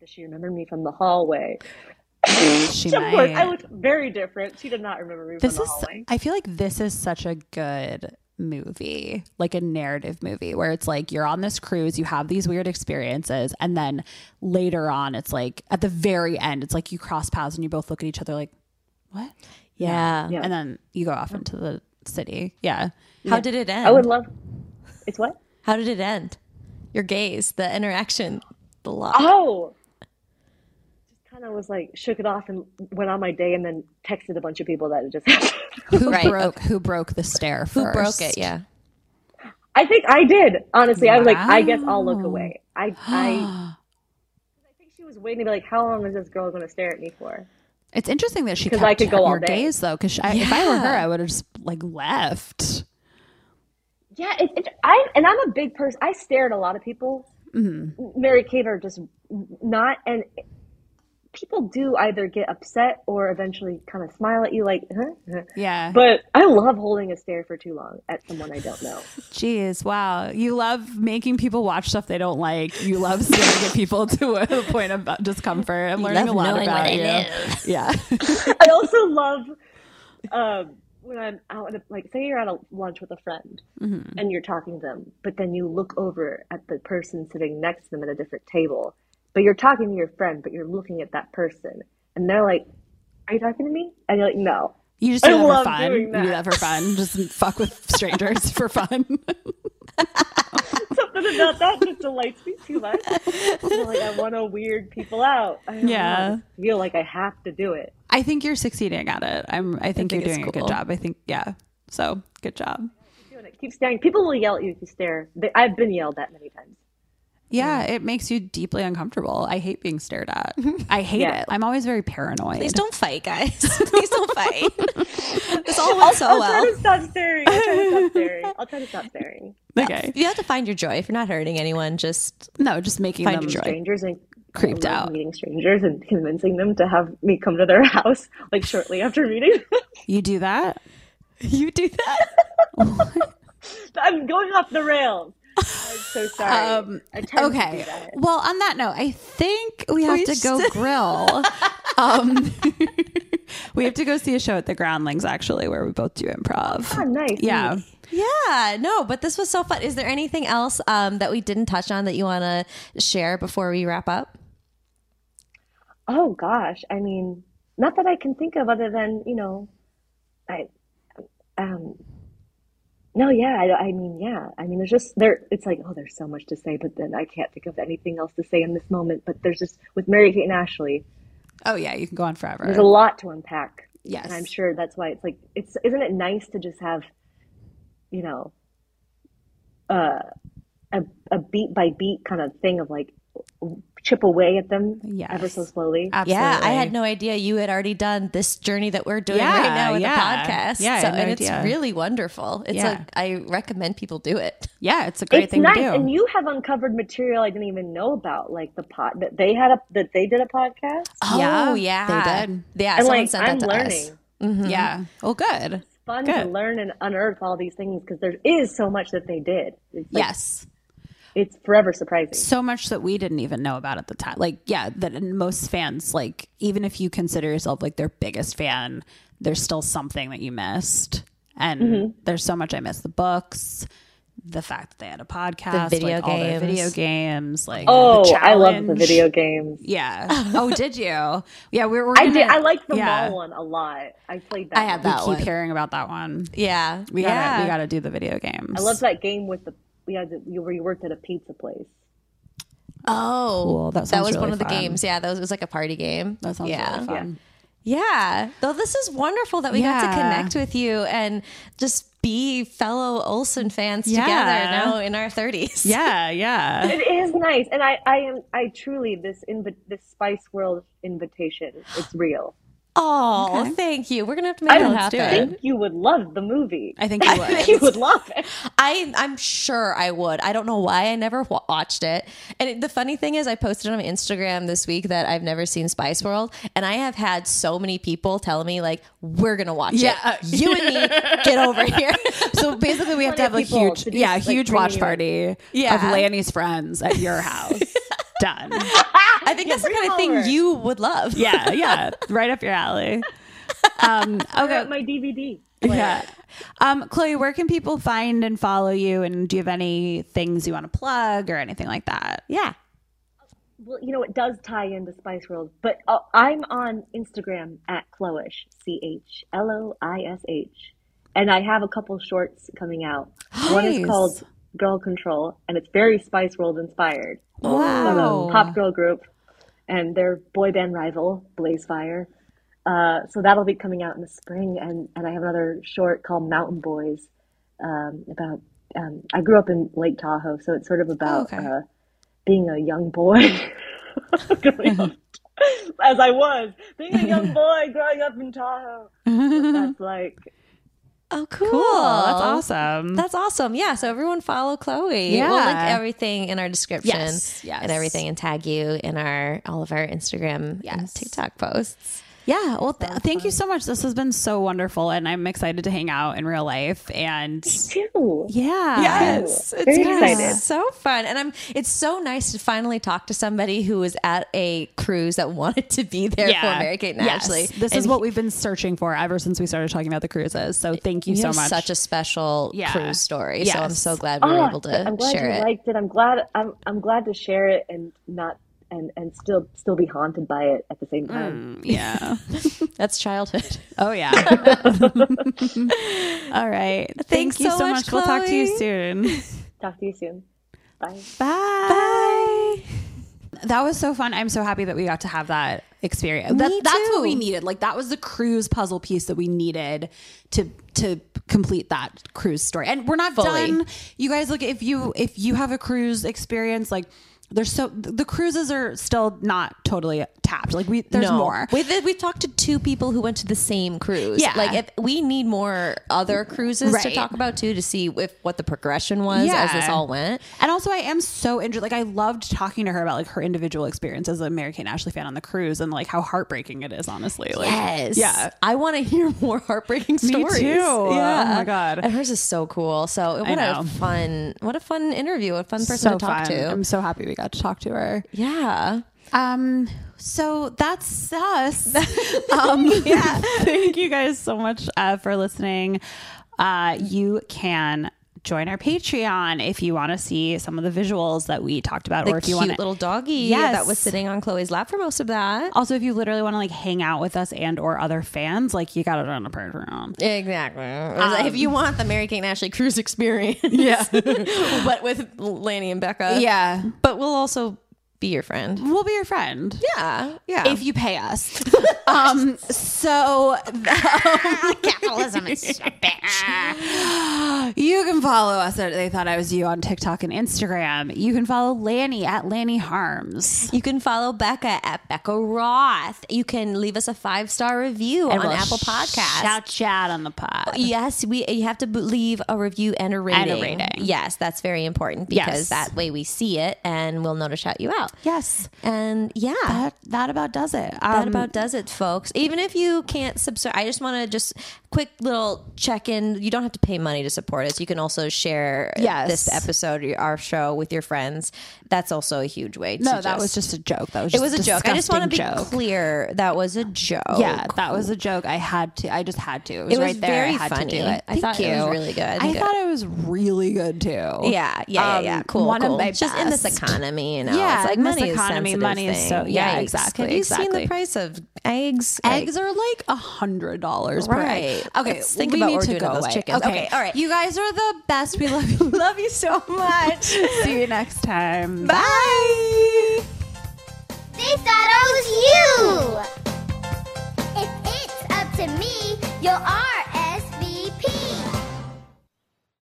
does she remember me from the hallway? Um, she *laughs* Of course, might. I looked very different. She did not remember me this from is. the hallway. I feel like this is such a good movie, like a narrative movie, where it's like you're on this cruise, you have these weird experiences, and then later on, it's like at the very end, it's like you cross paths and you both look at each other like, what? Yeah. Yeah. And then you go off into the city. Yeah. How did it end? I would Oh, love. It's what? How did it end? Your gaze, the interaction, the love. Oh. Just kind of was like shook it off and went on my day, and then texted a bunch of people that it just *laughs* happened. Who Right. broke who broke the stair first? Who broke it? Yeah. I think I did. Honestly, I was like, I guess I'll look away. I, I, I think she was waiting to be like, how long is this girl going to stare at me for? It's interesting that she kept Because I could go all your day. gaze though, because if I were her, Yeah. I would have just like left. Yeah, it, it, I and I'm a big person. I stare at a lot of people. Mary Kate are just not, and people do either get upset or eventually kind of smile at you, like, huh? huh. Yeah. But I love holding a stare for too long at someone I don't know. Jeez, wow. You love making people watch stuff they don't like. You *laughs* love staring at people to a point of discomfort. I'm learning love a lot knowing about what it you. *laughs* Yeah. I also love um, when I'm out and like say you're at a lunch with a friend and you're talking to them, but then you look over at the person sitting next to them at a different table, but you're talking to your friend, but you're looking at that person, and they're like, "Are you talking to me?" And you're like, "No." You just do I that for love fun. doing You do that that. for fun. Just fuck with *laughs* strangers for fun. Something about *laughs* that just delights me too much. I'm like I want to weird people out. I don't know, I Yeah. just feel like I have to do it. I think you're succeeding at it. I'm I think, think you're it's doing a cool. good job. I think yeah. So good job. Doing it. Keep staring. People will yell at you if you stare. They, I've been yelled at many times. Yeah, it makes you deeply uncomfortable. I hate being stared *laughs* at. I hate Yeah. it. I'm always very paranoid. Please don't fight, guys. *laughs* Please don't fight. this all went so Oh, I'll try well. to stop staring. I'll try to stop staring. I'll try *laughs* to stop staring. *laughs* Okay. You have to find your joy. If you're not hurting anyone, just *laughs* No, just making Find them your joy. strangers and Creeped I love out. meeting strangers and convincing them to have me come to their *laughs* house like shortly after meeting. *laughs* You do that? you do that. I'm going off the rails. *laughs* I'm so sorry. Um, I tend to do Okay. that. Well, on that note, I think we have We to go *laughs* grill. um, *laughs* we have to go see a show at the Groundlings, actually, where we both do improv. Oh, nice. Yeah. *laughs* Yeah, no, but this was so fun. Is there anything else um, that we didn't touch on that you want to share before we wrap up? Oh gosh. I mean, not that I can think of other than you know, I, um, no, yeah. I, I mean, yeah. I mean, there's just there. It's like oh, there's so much to say, but then I can't think of anything else to say in this moment. But there's just with Mary Kate and Ashley. Oh, yeah. You can go on forever. there's a lot to unpack. Yes. And I'm sure that's why it's like it's isn't it nice to just have, you know, uh, a a beat by beat kind of thing of like chip away at them Yes. ever so slowly. Absolutely. Yeah, I had no idea you had already done this journey that we're doing Yeah, right now with yeah. the podcast. Yeah, I so, had no and it's idea. really wonderful. It's Yeah. like I recommend people do it. Yeah, it's a great it's thing nice, to do. and you have uncovered material I didn't even know about, like the pod that they had a that they did a podcast. Yeah, oh they yeah, did. Yeah, and someone like sent I'm that to learning. us. Yeah. Oh, good. fun to Good. learn and unearth all these things because there is so much that they did. It's like- yes. it's forever surprising. so much that we didn't even know about at the time. Like, yeah, that most fans, like, even if you consider yourself like their biggest fan, there's still something that you missed. And Mm-hmm. there's so much I missed the books, the fact that they had a podcast, The video like, all their games. video games, like, Oh, the I love the challenge. video games. Yeah. *laughs* Oh, did you? Yeah, we were. we're I did. gonna- I liked the yeah. mall one a lot. I played that. I had one. that. that We one. keep hearing about that one. Yeah. We gotta, yeah. we gotta do the video games. I loved that game with the we had the, you where you worked at a pizza place. Oh, Cool. That that, sounds was really one of the fun. games. Yeah, that was, it was like a party game. That sounds yeah. really fun. Yeah. Though this is wonderful that we got to Yeah. connect with you and just be fellow Olsen fans Yeah. together now in our 30s. *laughs* Yeah, yeah. It is nice, and I I am I truly this inv- this Spice World invitation. It's real. Oh, thank you. We're going to have to make that do happen. it. I think you would love the movie. I *laughs* think you I would. think you would love it. I I'm sure I would. I don't know why I never wa- watched it. And it, the funny thing is, I posted on Instagram this week that I've never seen Spice World, and I have had so many people tell me like, "We're gonna watch Yeah. it. You and me, *laughs* get over here." *laughs* *laughs* So basically, we have to have a Plenty of people huge, to do, yeah, a like, huge bring watch you- party of Yeah. Lanny's friends at your *laughs* house. Done. I think that's the kind of over. thing you would love. Yeah, yeah, right up your alley. *laughs* Um, okay, Got my DVD. yeah. Um, Chloe, where can people find and follow you? And do you have any things you want to plug or anything like that? Yeah. Well, you know, it does tie into Spice World, but uh, I'm on Instagram at Chloish, C H L O I S H. And I have a couple shorts coming out. One is Nice. called Girl Control, and it's very Spice World inspired. Wow. From a pop girl group and their boy band rival, Blaze Fire. Uh, so that'll be coming out in the spring. And, and I have another short called Mountain Boys um, about. Um, I grew up in Lake Tahoe, so it's sort of about okay. uh, being a young boy *laughs* *laughs* growing up as I was being a young boy growing up in Tahoe. *laughs* what That's like Oh, cool. Cool, that's awesome. That's awesome. Yeah. So everyone follow Chloe. Mm-hmm. Yeah. We'll link everything in our description. Yes, yes. And everything and tag you in our all of our Instagram and Yes. TikTok posts. Yeah. Well, th- thank you so much. This has been so wonderful, and I'm excited to hang out in real life. And two. yeah, Yes, it's Very good. excited. It's so fun, and I'm. It's so nice to finally talk to somebody who was at a cruise that *laughs* wanted to be there for Mary Kate and Yes. Ashley. This is what we've been searching for ever since we started talking about the cruises. So thank you, you so have much. Such a special Yeah. cruise story. So I'm Yes. Oh, so glad we were able to I'm glad share you it. liked it. I'm glad I'm I'm glad to share it and not and and still still be haunted by it at the same time. yeah. That's childhood. *laughs* *laughs* Oh yeah. *laughs* All right. Thanks Thank you so so, much, much. We'll talk to you Chloe. soon. Mm. Talk to you soon. Bye. Bye. That was so fun. I'm so happy that we got to have that experience. That, Me That's what we too. needed. Like that was the cruise puzzle piece that we needed to to complete that cruise story. And we're not Fully. done. You guys, look if you if you have a cruise experience, like there's so the cruises are still not totally tapped. Like we there's no. more. We we talked to two people who went to the same cruise. Yeah. like if we need more other cruises to Right. talk about too to see if what the progression was as this Yeah. all went. And also, I am so injured. Like, I loved talking to her about like her individual experience as a Mary Kate and Ashley fan on the cruise, and like how heartbreaking it is. Honestly, like, Yes. yeah, I want to hear *laughs* more heartbreaking stories. too. Yeah. Oh my God. And hers is so cool. So what know. a fun, what a fun interview, a fun person so to talk fun. to. I'm so happy we got to talk to her. yeah. Um, so that's *laughs* us. um, yeah. *laughs* Thank you guys so much uh, for listening. Uh, you can join our Patreon if you want to see some of the visuals that we talked about, The or if you cute want to little doggy Yes. that was sitting on Chloe's lap for most of that. Also, if you literally want to like hang out with us and or other fans, like you got it on a Patreon. Exactly. It was like, if you want the Mary Kate and Ashley cruise experience, Yeah. *laughs* but with Lanny and Becca, yeah. But we'll also be your friend. We'll be your friend. Yeah, yeah. If you pay *laughs* us. um *laughs* *laughs* so Capitalism is a bitch. *gasps* you can follow us at they thought I was you on TikTok and Instagram. You can follow Lanny at Lanny Harms. You can follow Becca at Becca Roth. You can leave us a five star review on We'll Apple Podcasts. Shout chat on the pod. Yes, we you have to b- leave a review and a rating. a rating. Yes, that's very important Yes. because that way we see it and we'll know to shout you out. Yes. And yeah, that, That that about does it. Um, about does it, folks. Even if you can't subscribe, I just want to just quick little check in. You don't have to pay money to support us. You can also share Yes. this episode, or our show, with your friends. That's also a huge way. to No, that was just a joke. That was It just was a joke. I just want to be disgusting joke. clear. That was a joke. Yeah, that was a joke. I had to. I just had to. It was, It was right there. I very had funny. to do it. I Thank thought you. it It was was really good. I Good. thought it was really good too. Yeah, yeah, yeah, yeah. Um, cool, one of cool. my just in this best. economy, you know, Yeah, it's like in this money economy, is sensitive money is so- thing. yeah, Yikes. exactly, Have you seen exactly. the price of eggs? Like, Eggs are like a hundred dollars per Right. egg. Okay, Let's think we about need what to we're doing go with those away. chickens. Okay, all right. You guys are the best. We love you. *laughs* Love you so much. See you next time. Bye. They thought I was you! If it's up to me, you are